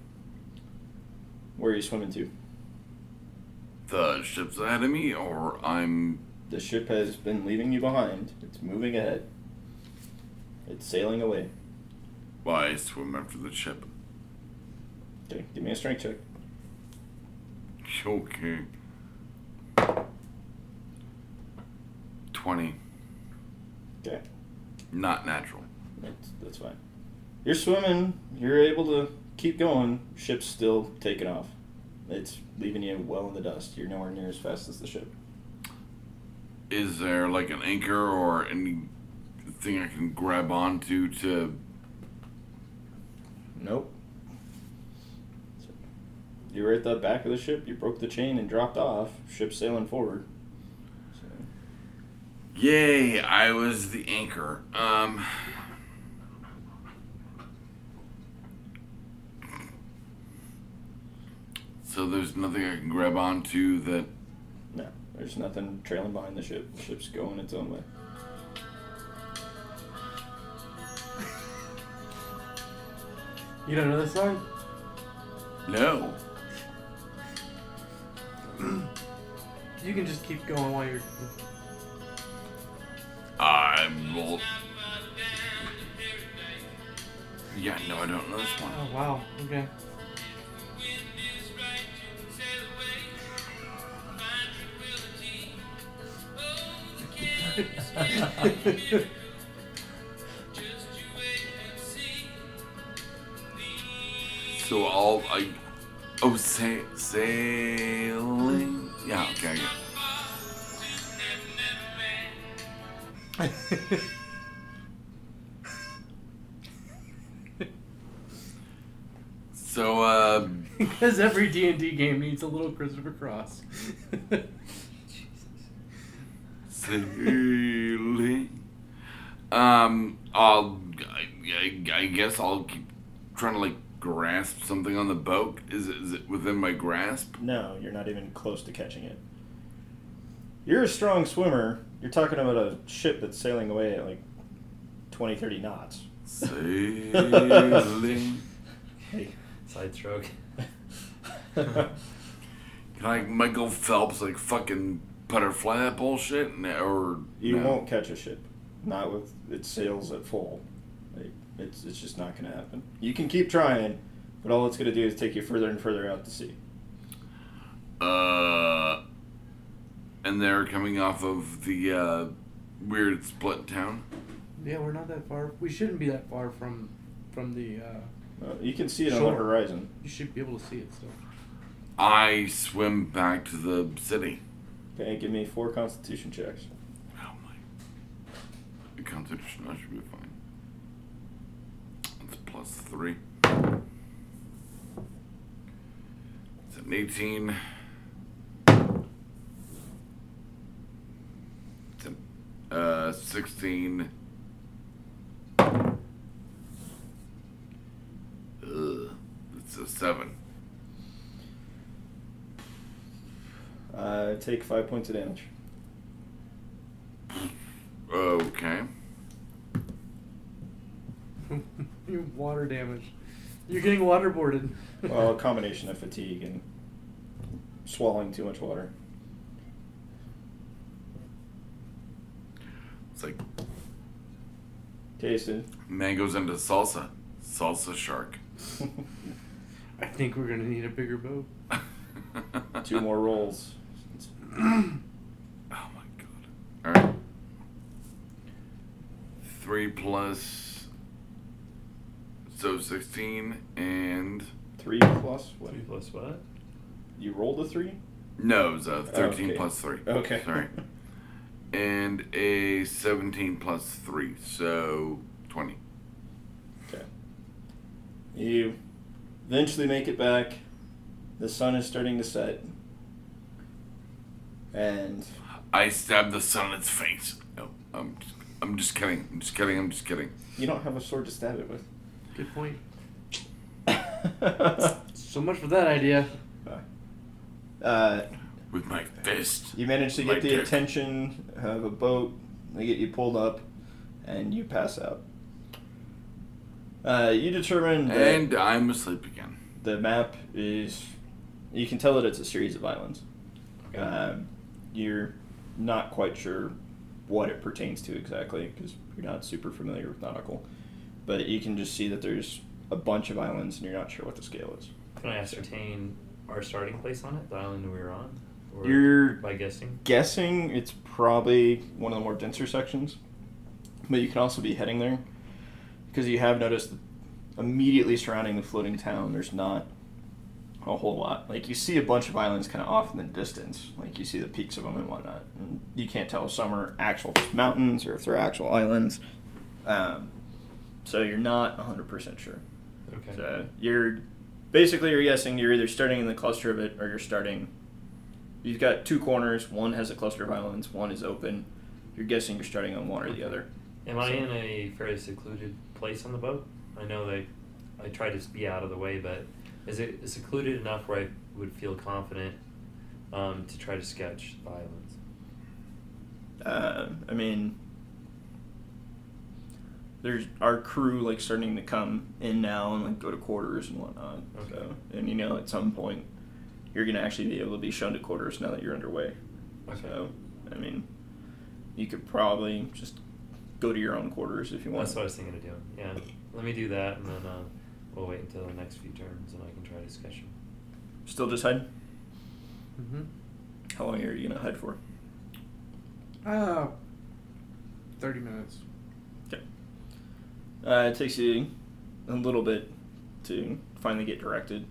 D: Where are you swimming to?
C: The ship's ahead of me, or I'm.
D: The ship has been leaving you behind. It's moving ahead. It's sailing away.
C: Well, I swim after the ship.
D: Okay, give me a strength check.
C: Okay. Twenty.
D: Okay,
C: Not natural.
D: that's, that's fine. You're swimming. You're able to keep going. Ship's still taking off. It's leaving you well in the dust. You're nowhere near as fast as the ship.
C: Is there like an anchor or anything I can grab onto to?
D: Nope. You were at the back of the ship. You broke the chain and dropped off. Ship sailing forward. So,
C: Yay! I was the anchor. Um. So there's nothing I can grab onto that.
D: no, there's nothing trailing behind the ship. The ship's going its own way.
B: You don't know this song?
C: No.
B: You can just keep going while you're.
C: I'm. Well, yeah. No, I don't know this one.
B: Oh wow. Okay.
C: So all I oh say sailing yeah okay I get it. so uh
B: Because every D and D game needs a little Christopher Cross.
C: sailing um I'll I, I, I guess I'll keep trying to like grasp something on the boat is it, is it within my grasp
D: No, you're not even close to catching it. You're a strong swimmer. You're talking about a ship that's sailing away at like 20, 30 knots.
C: sailing
D: Hey.
E: Side stroke.
C: Can I Michael Phelps like fucking butterfly that bullshit? No, or
D: you
C: no.
D: won't catch a ship. Not with its sails at full. Like, it's, it's just not going to happen. You can keep trying, but all it's going to do is take you further and further out to sea.
C: Uh, and they're coming off of the uh, weird split town.
B: yeah, we're not that far. We shouldn't be that far from from the. Uh,
D: Uh, you can see it on
B: Sure.
D: the horizon.
B: you should be able to see it still.
C: I swim back to the city.
D: Okay, give me four constitution checks.
C: Oh my! Constitution. That should be fine. That's plus three. It's an 18. It's an, uh, 16. Ugh, it's a 7.
D: Uh, take five points of damage.
C: Okay.
B: You're water damage. You're getting waterboarded.
D: Well, a combination of fatigue and swallowing too much water.
C: It's like
D: Tasted.
C: mangoes into salsa. Salsa shark.
B: I think we're gonna need a bigger boat.
D: Two more rolls.
C: Oh my god. Alright. Three plus. So 16 and.
D: Three plus what?
E: Three plus what?
D: You rolled a three?
C: No, it was a 13
D: Okay.
C: plus 3.
D: Okay.
C: Sorry. And a 17 plus 3. So 20.
D: Okay. You eventually make it back. The sun is starting to set. And
C: I stabbed the sun in its face. No, I'm just, I'm just kidding. I'm just kidding. I'm just kidding.
D: you don't have a sword to stab it with.
B: Good point.
D: uh,
B: So much for that idea.
D: Uh,
C: With my fist.
D: you manage to
C: My
D: get the
C: dick.
D: attention of a boat. They get you pulled up, and you pass out. Uh, you determine that
C: And uh, I'm asleep again.
D: the map is. You can tell that it's a series of islands. Um, you're not quite sure what it pertains to exactly because you're not super familiar with nautical, but you can just see that there's a bunch of islands and you're not sure what the scale is.
E: Can I ascertain our starting place on it, the island we were on? Or
D: You're-
E: by guessing.
D: Guessing it's probably one of the more denser sections, but you can also be heading there because you have noticed that immediately surrounding the floating town, there's not a whole lot. Like you see a bunch of islands kind of off in the distance, like you see the peaks of them and whatnot. And you can't tell if some are actual mountains or if they're actual islands. Um, so you're not 100% sure.
E: Okay.
D: So you're basically you're guessing you're either starting in the cluster of it or you're starting. You've got two corners. One has a cluster of islands. One is open. You're guessing you're starting on one or the other.
E: Am I in a fairly secluded place on the boat? I know that I try to be out of the way, but is it secluded enough where I would feel confident um, to try to sketch the islands?
D: Uh, I mean, there's our crew like starting to come in now and like go to quarters and whatnot.
E: Okay.
D: So, and you know, at some point, you're gonna actually be able to be shown to quarters now that you're underway. So, I mean, you could probably just go to your own quarters if you want.
E: That's what I was thinking of doing. Yeah, let me do that, and then uh, we'll wait until the next few turns, and I can try to sketch them.
D: Still just hide.
B: Mm-hmm.
D: How long are you gonna hide for?
B: Uh, thirty minutes.
D: Okay. Uh, it takes you a little bit to finally get directed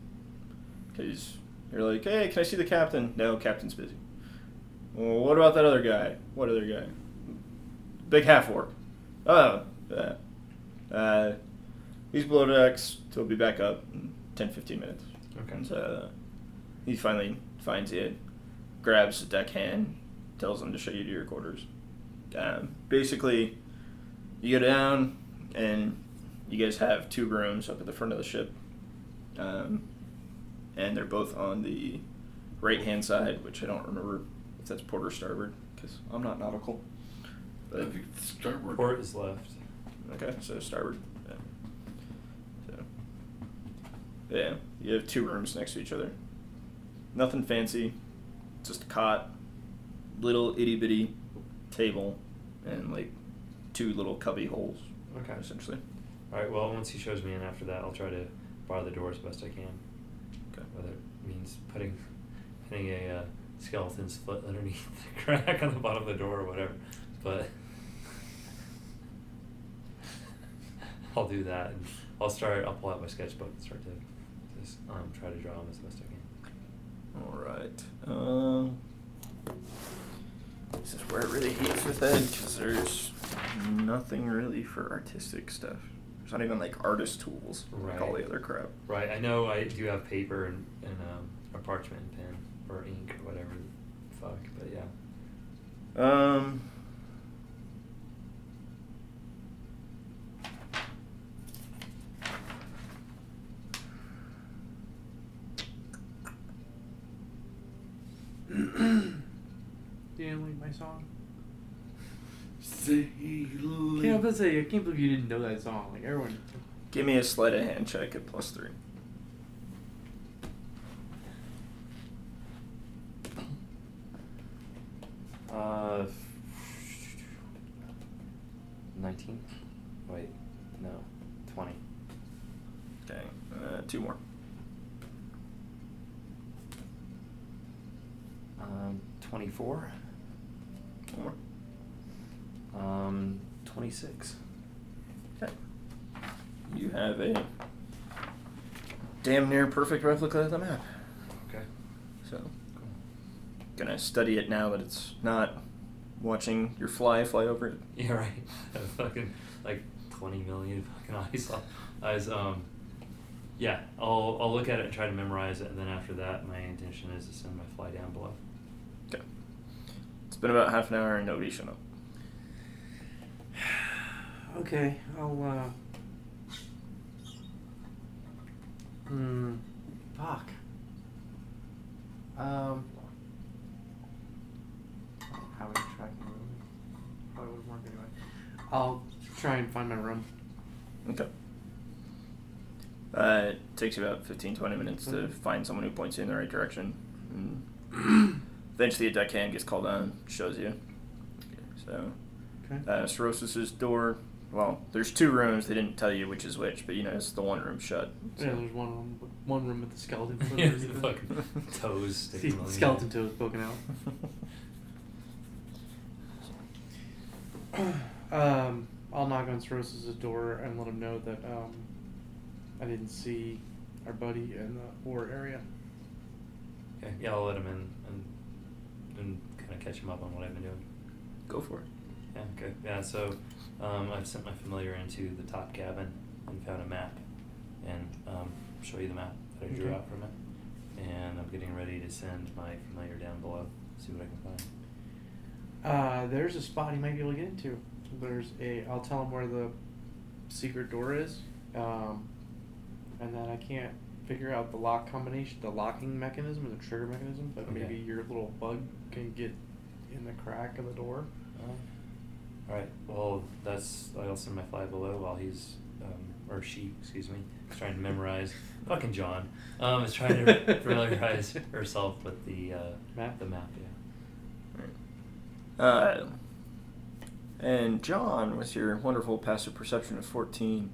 D: because you're like, hey, can I see the captain? No, captain's busy. Well, what about that other guy? What other guy? Big half orc. Oh, that. Uh, he's below decks. He'll be back up in 10 15 minutes.
E: Okay.
D: And so he finally finds it, grabs the deckhand, tells him to show you to your quarters. Um, basically, you go down, and you guys have two rooms up at the front of the ship. Um, and they're both on the right hand side, which I don't remember if that's port or starboard, because I'm not nautical.
C: I
D: But
C: think it's starboard.
E: Port is left.
D: Okay, so starboard. Yeah. So. Yeah, you have two rooms next to each other. Nothing fancy, just a cot, little itty bitty table, and like two little cubby holes,
E: Okay.
D: essentially.
E: All right. Well, once he shows me in after that, I'll try to bar the door as best I can.
D: Okay.
E: Whether it means putting putting a uh, skeleton's foot underneath the crack on the bottom of the door or whatever, but I'll do that. And I'll start. I'll pull out my sketchbook and start to just um, try to draw them as best I can.
D: All right. Um, this is where it really heats with Ed because there's nothing really for artistic stuff. There's not even like artist tools, like all
E: Right.
D: the other crap.
E: Right, I know I do have paper and, and um, a parchment and pen or ink or whatever. the Fuck, but yeah.
D: Um.
B: Damn, like my song.
C: Sailor.
B: Yeah, I was about to say, I can't believe you didn't know that song. Like everyone.
D: Give me a sleight of hand check at plus three.
N: Uh, 19? Wait, no, 20.
D: Okay, uh, two more.
N: Um, 24?
D: One more.
N: Um, 26.
D: Okay. You have a damn near perfect replica of the map.
N: Okay.
D: So, gonna study it now that it's not watching your fly fly over it.
E: Yeah, right. A fucking like twenty million fucking eyes. on- Eyes. Um. Yeah, I'll I'll look at it and try to memorize it, and then after that, my intention is to send my fly down below.
D: Okay. It's been about half an hour and nobody's shown up.
B: Okay, I'll, uh. Hmm. Fuck. Um. How are you tracking room? Probably wouldn't work anyway. I'll try and find my room.
D: Okay. Uh, it takes you about 15, 20 minutes
B: Mm-hmm.
D: to find someone who points you in the right direction. And eventually, a deckhand gets called on, shows you. So,
B: Okay.
D: uh, Sorosis's door. Well, there's two rooms. They didn't tell you which is which, but you notice the one room shut.
B: Yeah, there's one room, one room with the skeleton. foot
E: yeah,
B: underneath
E: the
B: it.
E: fucking toes
B: See,
E: sticking. out.
B: skeleton toes poking out. Um, I'll knock on Soros's door and let him know that um, I didn't see our buddy in the war area.
E: Okay, yeah, I'll let him in and and kind of catch him up on what I've been doing.
D: Go for it.
E: Yeah, okay. Yeah, so um, I've sent my familiar into the top cabin and found a map. And um, show you the map that I drew
B: Okay.
E: out from it. And I'm getting ready to send my familiar down below, see what I can find.
B: Uh, there's a spot he might be able to get into. There's a. I'll tell him where the secret door is, um, and then I can't figure out the lock combination, the locking mechanism, or the trigger mechanism. But
E: Okay.
B: maybe your little bug can get in the crack of the door.
E: Uh, all right. Well, that's I'll send my fly below while he's um, or she, excuse me, is trying to memorize. fucking John um, is trying to familiarize herself with the uh,
B: Map?
E: The map, yeah.
D: Uh, and John, with your wonderful passive perception of 14,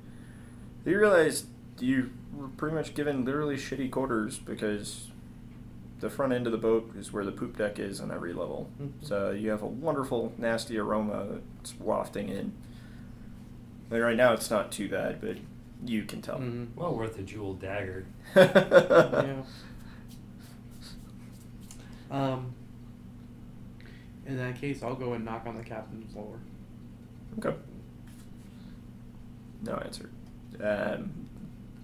D: you realized you were pretty much given literally shitty quarters because the front end of the boat is where the poop deck is on every level.
B: Mhm.
D: So you have a wonderful, nasty aroma that's wafting in. Like right now, it's not too bad, but you can tell.
B: Mhm.
E: Well worth a jewel dagger.
B: yeah. Um. In that case, I'll go and knock on the captain's door.
D: Okay. No answer. Um,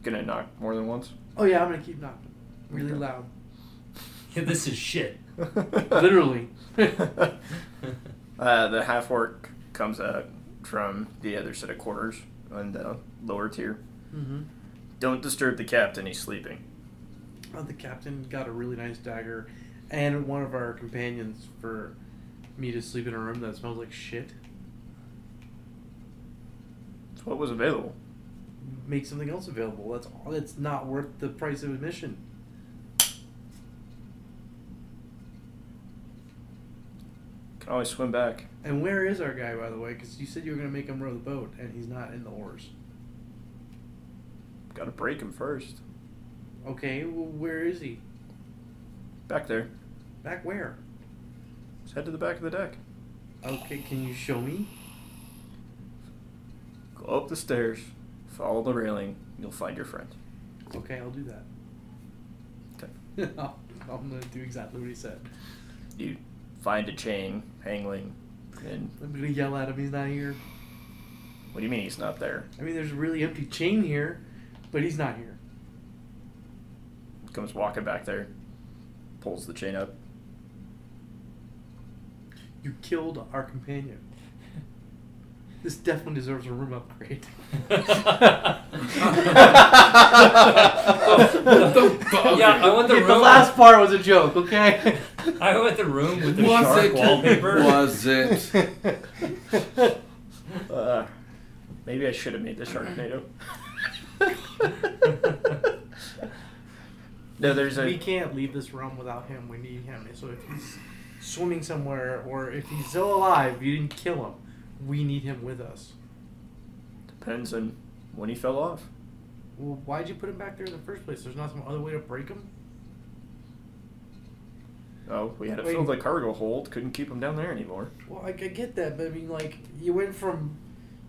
D: gonna knock more than once.
B: Oh yeah, I'm gonna keep knocking, really
D: Okay.
B: loud,
E: Yeah, this is shit.
B: literally.
D: uh, the half orc comes out from the other set of quarters on the lower tier.
B: mm-hmm.
D: Don't disturb the captain, he's sleeping.
B: Oh, the captain got a really nice dagger, and one of our companions for me to sleep in a room that smells like shit.
D: It's what was available.
B: Make something else available. That's all. That's not worth the price of admission.
D: Can always swim back.
B: And where is our guy, by the way? Because you said you were gonna make him row the boat, and he's not in the oars.
D: Gotta break him first.
B: Okay, well, where is he?
D: Back there.
B: Back where?
D: Let's head to the back of the deck.
B: Okay, can you show me?
D: Go up the stairs, follow the railing, you'll find your friend.
B: Okay, I'll do that.
D: Okay.
B: I'll- I'm gonna do exactly what he said.
D: You find a chain, hangling, and
B: I'm gonna yell at him. He's not here.
D: What do you mean he's not there?
B: I mean, there's a really empty chain here, but he's not here.
D: Comes walking back there, pulls the chain up.
B: You killed our companion. This definitely deserves a room upgrade.
E: yeah, I want the
O: The
E: room.
O: last part was a joke, okay?
E: I want the room with the
C: Was
E: shark
C: it?
E: wallpaper.
C: Was it?
D: Uh, maybe I should have made the Sharknado. no, there's a.
B: we can't leave this realm without him. We need him. So if he's swimming somewhere, or if he's still alive, you didn't kill him. We need him with us.
D: Depends on when he fell off.
B: Well, why'd you put him back there in the first place? There's not some other way to break him.
D: Oh, we had to
B: Wait.
D: fill the cargo hold. Couldn't keep him down there anymore.
B: Well, I, I get that, but I mean, like, you went from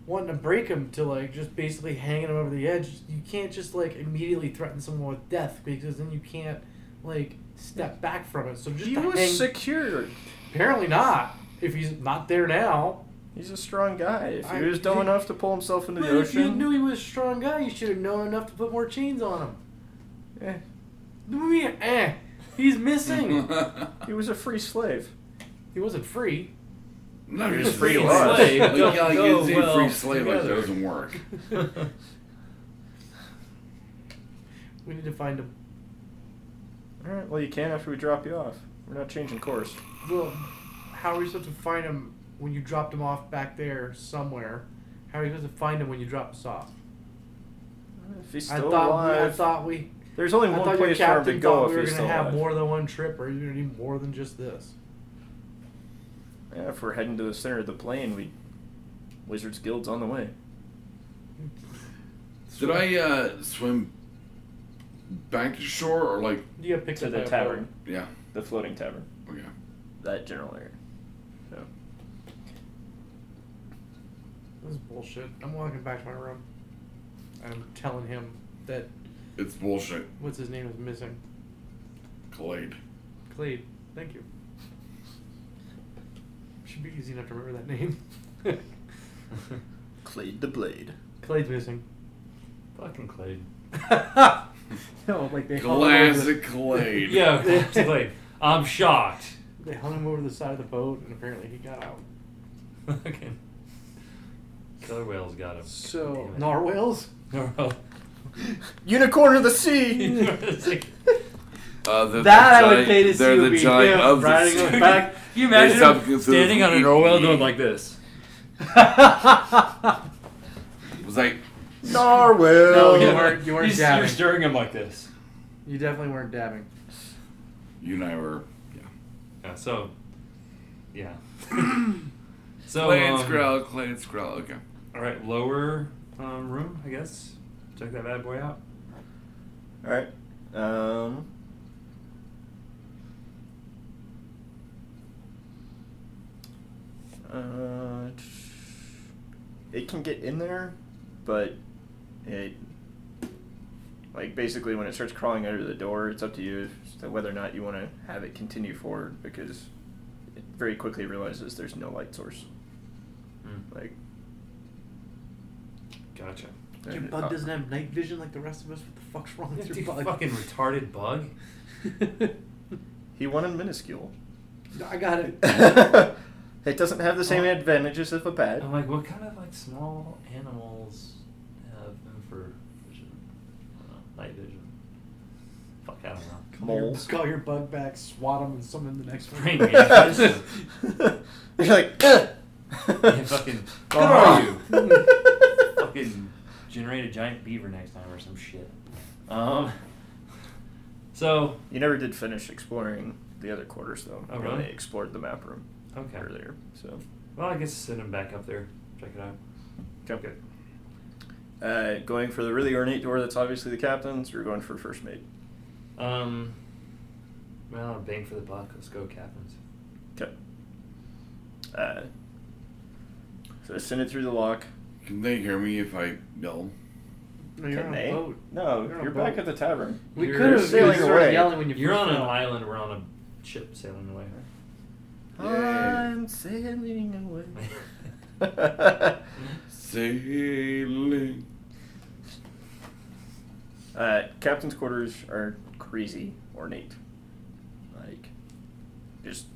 B: wanting to break him to like just basically hanging him over the edge. You can't just like immediately threaten someone with death because then you can't like step back from it. So just
D: He
B: to
D: was
B: hang-
D: secured.
B: Apparently not. If he's not there now.
D: He's a strong guy. If he
B: I-
D: was dumb enough to pull himself into
B: But
D: the
B: if you
D: ocean,
B: knew he was a strong guy, you should have known enough to put more chains on him.
D: eh,
B: What do you mean, eh? He's missing.
D: he was a free slave.
B: he wasn't free.
C: no,
D: You're
C: just
D: free
C: free
D: laws.
C: slave. Like,
E: Don't
C: like,
E: go
C: it's a
E: well
C: free slave like that
E: together.
C: doesn't work.
B: We need to find him.
D: All right. Well, you can after we drop you off. We're not changing course.
B: Well, how are we supposed to find him when you dropped him off back there somewhere? How are you supposed to find him when you drop us off?
D: If he's
B: I
D: still
B: thought we, I
D: alive,
B: thought we.
D: there's only
B: I
D: one
B: thought your
D: place for him
B: captain
D: to
B: thought
D: go
B: we
D: if
B: were
D: he's
B: gonna
D: still
B: have
D: alive.
B: more than one trip, or you're gonna need more than just this.
D: Yeah, if we're heading to the center of the plane, we Wizards Guild's on the way.
C: Did I uh, swim back to shore or like?
B: You got picked
D: To
B: up
D: the
B: by a
D: tavern,
C: Yeah. oh,
D: the floating tavern,
C: Okay.
D: that general area. So
B: boat. This is bullshit. I'm walking back to my room. I'm telling him that
C: It's bullshit.
B: what's his name is missing.
C: Clade.
B: Clade, thank you. Should be easy enough to remember that name.
D: Clade the Blade.
B: Clade's missing.
E: Fucking Clay.
B: no, like they hung him over the-
C: Classic Clade.
E: Yeah, Clay. I'm shocked.
B: They hung him over the side of the boat, and apparently he got out.
E: Fucking. Killer whale's got him.
B: So
E: Damn it.
B: narwhals.
E: Narwhal.
D: Unicorn of the Sea.
C: Uh, they're the
O: That I would
C: giant-
O: pay to see
C: They're
O: would
C: the
O: be
C: giant
O: him
C: of the
O: riding
C: sea.
O: on back.
E: Can you
C: They
E: imagine
C: stop-
E: him standing on a narwhal going like this?
C: It was like
D: Narwhal.
B: No, you weren't. You weren't
E: Oh, He's-
B: dabbing.
E: you're stirring him like this.
B: You definitely weren't dabbing.
C: you and I were.
E: Yeah, so, yeah. so,
C: Clade
E: um,
C: Skrull. Clade Skrull. Okay.
E: all right, lower um, room, I guess. Check that bad boy out.
D: All right. Um. Uh, it can get in there, but it like basically when it starts crawling under the door, it's up to you as to whether or not you want to have it continue forward because it very quickly realizes there's no light source.
E: Mm.
D: Like
E: Gotcha.
B: Your
D: and-
B: bug
D: uh,
B: doesn't have night vision like the rest of us. What the fuck's wrong with
E: Dude,
B: your bug?
E: fucking retarded bug.
D: He wanted minuscule.
B: I got it.
D: it doesn't have the same
E: Oh.
D: advantages of a bat.
E: I'm like, what kind of like small animals have infravision? I don't know, night vision. Fuck, I don't know.
D: Moles.
B: Call your bug back, swat him, and summon the next
E: Bring
B: one.
E: me. Yeah.
D: You're like, "Ugh."
E: Yeah, fucking. Good are you?
D: you?
E: fucking generate a giant beaver next time or some shit. Um. So
D: never did finish exploring the other quarters, though.
E: Oh,
B: Uh-huh.
D: You
E: really?
D: only explored the map room
E: okay.
D: earlier, so.
E: Well, I guess send him back up there. Check it out.
D: Okay. Uh, going for the really ornate door that's obviously the captain's, or going for first mate?
E: Um. Well, bang for the buck. Let's go, captains.
D: Okay. Uh, so send it through the lock.
C: Can they hear me if I yell?
B: No, you're
D: Can
B: on
D: they?
B: a boat.
D: No,
B: You're on
D: you're,
B: a
D: back
B: boat.
D: at the tavern.
B: We
E: You're
B: could have
D: sailing
B: started
D: away.
B: yelling when you.
E: You're
B: first
E: on an
B: fell.
E: island. We're on a ship sailing away.
C: I'm
D: sailing
E: away.
D: away.
C: sailing.
D: Uh, captain's quarters are crazy ornate, like just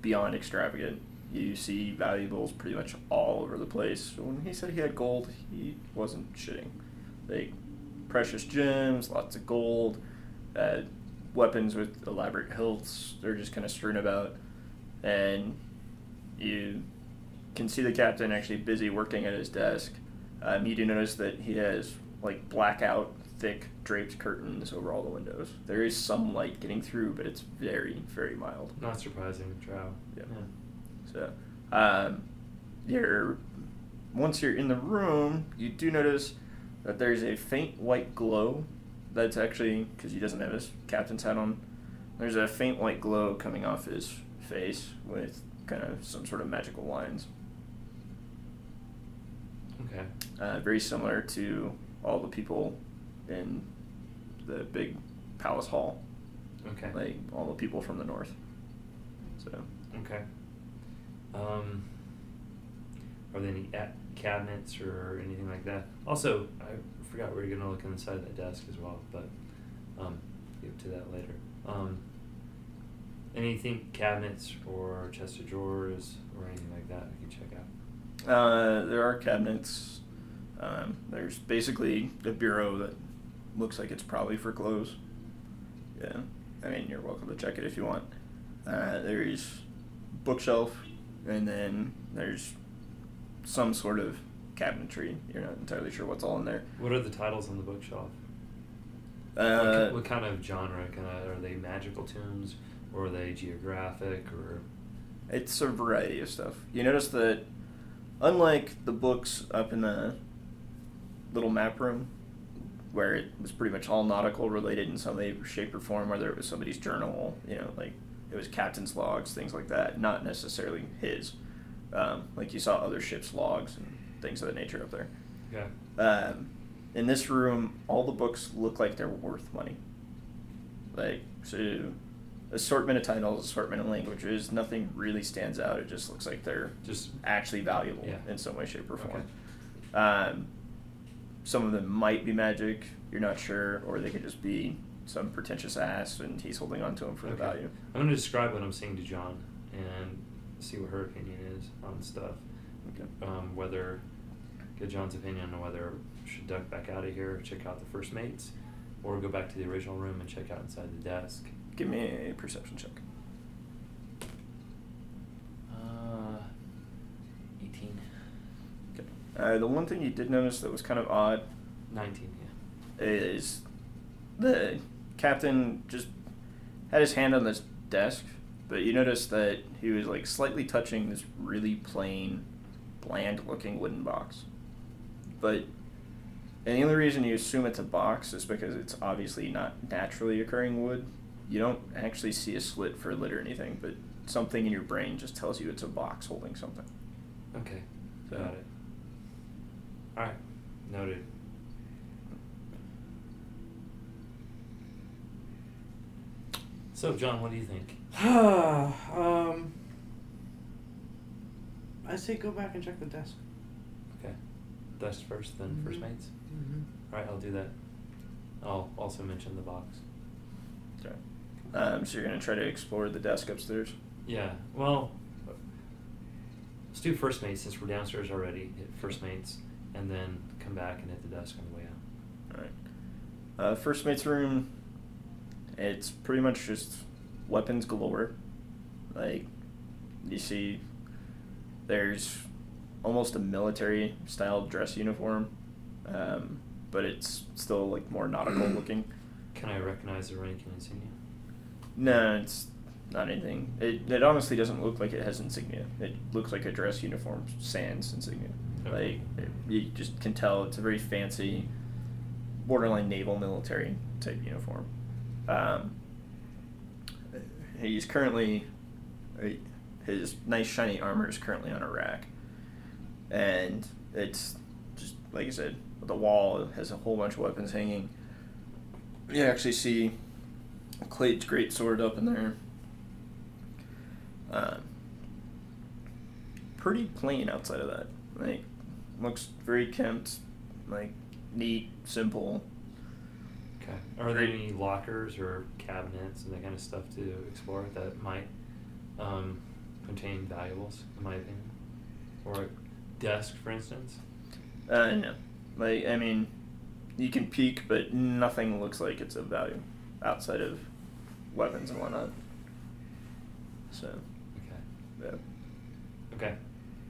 D: beyond extravagant. You see valuables pretty much all over the place. When he said he had gold, he wasn't shitting. Like precious gems, lots of gold, uh, weapons with elaborate hilts. They're just kind of strewn about, and you can see the captain actually busy working at his desk. Um, you do notice that he has like blackout, thick draped curtains over all the windows. There is some light getting through, but it's very, very mild.
E: Not surprising, Drow.
D: Yeah. So, um, you're once you're in the room, you do notice that there's a faint white glow. That's actually because he doesn't have his captain's hat on. There's a faint white glow coming off his face with kind of some sort of magical lines,
E: Okay.
D: uh, very similar to all the people in the big palace hall,
E: Okay.
D: like all the people from the north. So.
E: Okay. Um, are there any a- cabinets or anything like that? Also, I forgot we were gonna look inside that desk as well, but um, get to that later. Um, anything cabinets or chest of drawers or anything like that I can check out.
D: Uh, there are cabinets. Um, there's basically a bureau that looks like it's probably for clothes. Yeah, I mean you're welcome to check it if you want. Uh, there's bookshelf, and then there's some sort of cabinetry. You're not entirely sure what's all in there.
E: What are the titles on the bookshelf?
D: Uh,
E: what, ki- what kind of genre? Kind of are they magical tombs or are they geographic or?
D: It's a variety of stuff. You notice that, unlike the books up in the little map room, where it was pretty much all nautical related in some way, shape, or form, whether it was somebody's journal, you know, like it was captain's logs, things like that, not necessarily his. Um, like you saw other ships' logs and things of that nature up there.
E: Yeah.
D: Um, in this room, all the books look like they're worth money. Like, so assortment of titles, assortment of languages, nothing really stands out. It just looks like they're
E: Just
D: actually valuable
E: Yeah.
D: in some way, shape, or form.
E: Okay.
D: Um, some of them might be magic, you're not sure, or they could just be some pretentious ass and he's holding on to them for the
E: Okay.
D: value.
E: I'm gonna describe what I'm seeing to John and see what her opinion is on stuff.
D: Okay.
E: Um, whether get John's opinion on whether we should duck back out of here, check out the first mates, or go back to the original room and check out inside the desk.
D: Give me a perception check.
I: Uh, 18.
D: Okay. Uh, the one thing you did notice that was kind of odd
E: Nineteen, yeah.
D: is the captain just had his hand on this desk, but you noticed that he was like slightly touching this really plain, bland looking wooden box. But and the only reason you assume it's a box is because it's obviously not naturally occurring wood. You don't actually see a slit for lid or anything, but something in your brain just tells you it's a box holding something.
E: Okay.
D: So-
E: Got it. Alright. Noted. So John, what do you think?
M: um, I say go back and check the desk.
E: Okay. Desk first, then first mates?
M: Mm-hmm.
E: Alright, I'll do that. I'll also mention the box.
D: Okay. Um, so you're gonna try to explore the desk upstairs.
E: Yeah, well, let's do first mates since we're downstairs already. Hit first mates, and then come back and hit the desk on the way out.
D: Alright. Uh, first mate's room, it's pretty much just weapons galore. Like, you see, there's almost a military style dress uniform, um, but it's still like more nautical looking.
E: Can I recognize the rank and insignia?
D: No, it's not anything. It, it honestly doesn't look like it has insignia. It looks like a dress uniform, sans insignia.
E: Okay.
D: Like it- you just can tell it's a very fancy, borderline naval military type uniform. Um, he's currently his nice shiny armor is currently on a rack, and it's just like I said, the wall has a whole bunch of weapons hanging. You actually see Clay's great sword up in there. Uh, Um, pretty plain outside of that. Like Looks very kempt, like neat, simple.
E: Okay. Are there any lockers or cabinets and that kind of stuff to explore that might um, contain valuables, in my opinion? Or a desk, for instance?
D: Uh, no, like I mean, you can peek, but nothing looks like it's of value outside of weapons and whatnot. So,
E: Okay.
D: yeah.
E: Okay.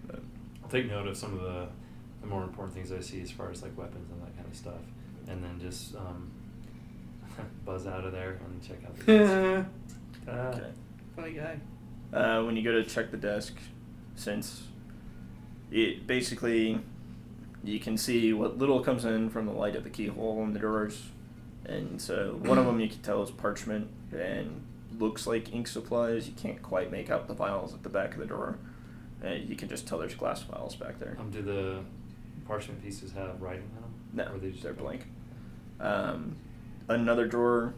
D: But,
E: I'll take note of some of the, the more important things I see as far as like weapons and that kind of stuff, and then just um, buzz out of there and check out the
B: Mm-hmm.
E: desk. Uh,
D: okay.
M: Funny guy.
D: Uh, when you go to check the desk, since it basically you can see what little comes in from the light of the keyhole and the drawers, and so one of them you can tell is parchment and looks like ink supplies. You can't quite make out the vials at the back of the drawer. Uh, you can just tell there's glass vials back there.
E: Um, do the parchment pieces have writing on them?
D: No,
E: Or are they just
D: they're blank. Um, another drawer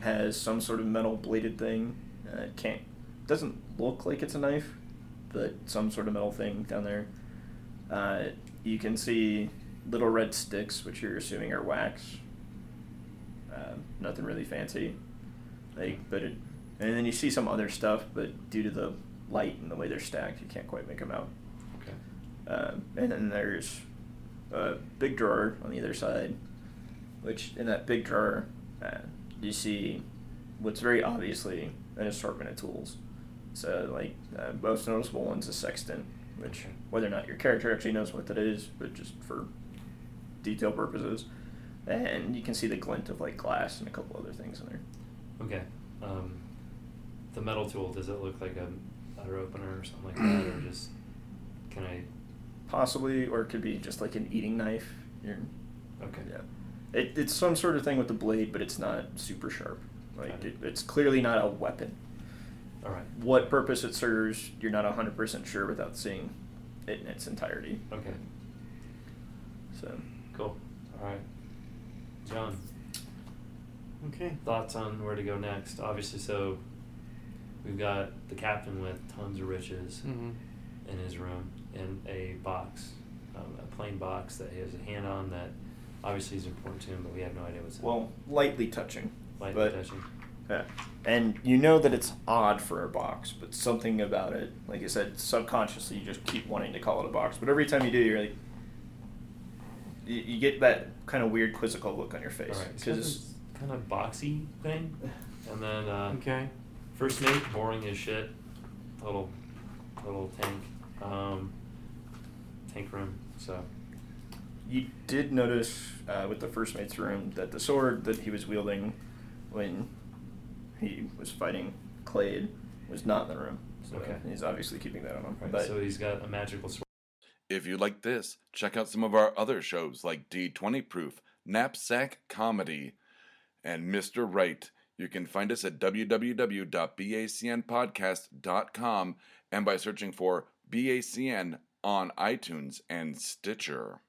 D: has some sort of metal bladed thing. Uh, it can't doesn't look like it's a knife, but some sort of metal thing down there. Uh, you can see little red sticks, which you're assuming are wax. Uh, nothing really fancy, like but it, and then you see some other stuff, but due to the light and the way they're stacked, you can't quite make them out.
E: Okay.
D: Um, and then there's a big drawer on the other side, which in that big drawer, uh, you see what's very obviously an assortment of tools. So, like, uh, most noticeable one's a sextant, which
E: Okay.
D: whether or not your character actually knows what that is, but just for detail purposes. And you can see the glint of like glass and a couple other things in there.
E: Okay. Um, the metal tool, does it look like a letter opener or something like that? Or just, can I?
D: Possibly, or it could be just like an eating knife. You're,
E: Okay.
D: Yeah. It, it's some sort of thing with the blade, but it's not super sharp. Like
E: Got
D: it,
E: it.
D: it's clearly not a weapon.
E: All right.
D: What purpose it serves, you're not 100% sure without seeing it in its entirety.
E: Okay.
D: So,
E: Cool. All right. John,
M: Okay.
E: thoughts on where to go next? Obviously, so we've got the captain with tons of riches
M: Mm-hmm.
E: in his room in a box, um, a plain box that he has a hand on that obviously is important to him, but we have no idea what's in
D: well, lightly touching.
E: it. Lightly
D: but,
E: touching.
D: Yeah. And you know that it's odd for a box, but something about it, like I said, subconsciously you just keep wanting to call it a box. But every time you do, you're like, you, you get that kind of weird quizzical look on your face.
E: All right. So
D: 'Cause
E: this kind of boxy thing, and then uh,
M: Okay.
E: First mate, boring as shit. Total, total tank, um, tank room. So
D: You did notice uh, with the first mate's room that the sword that he was wielding when he was fighting Clade was not in the room. So
E: Okay.
D: he's obviously keeping that on him.
E: right,
D: But
E: so he's got a magical sword.
C: If you like this, check out some of our other shows like D20 Proof, Knapsack Comedy, and Mr. Right. You can find us at www.bacnpodcast.com and by searching for BACN on iTunes and Stitcher.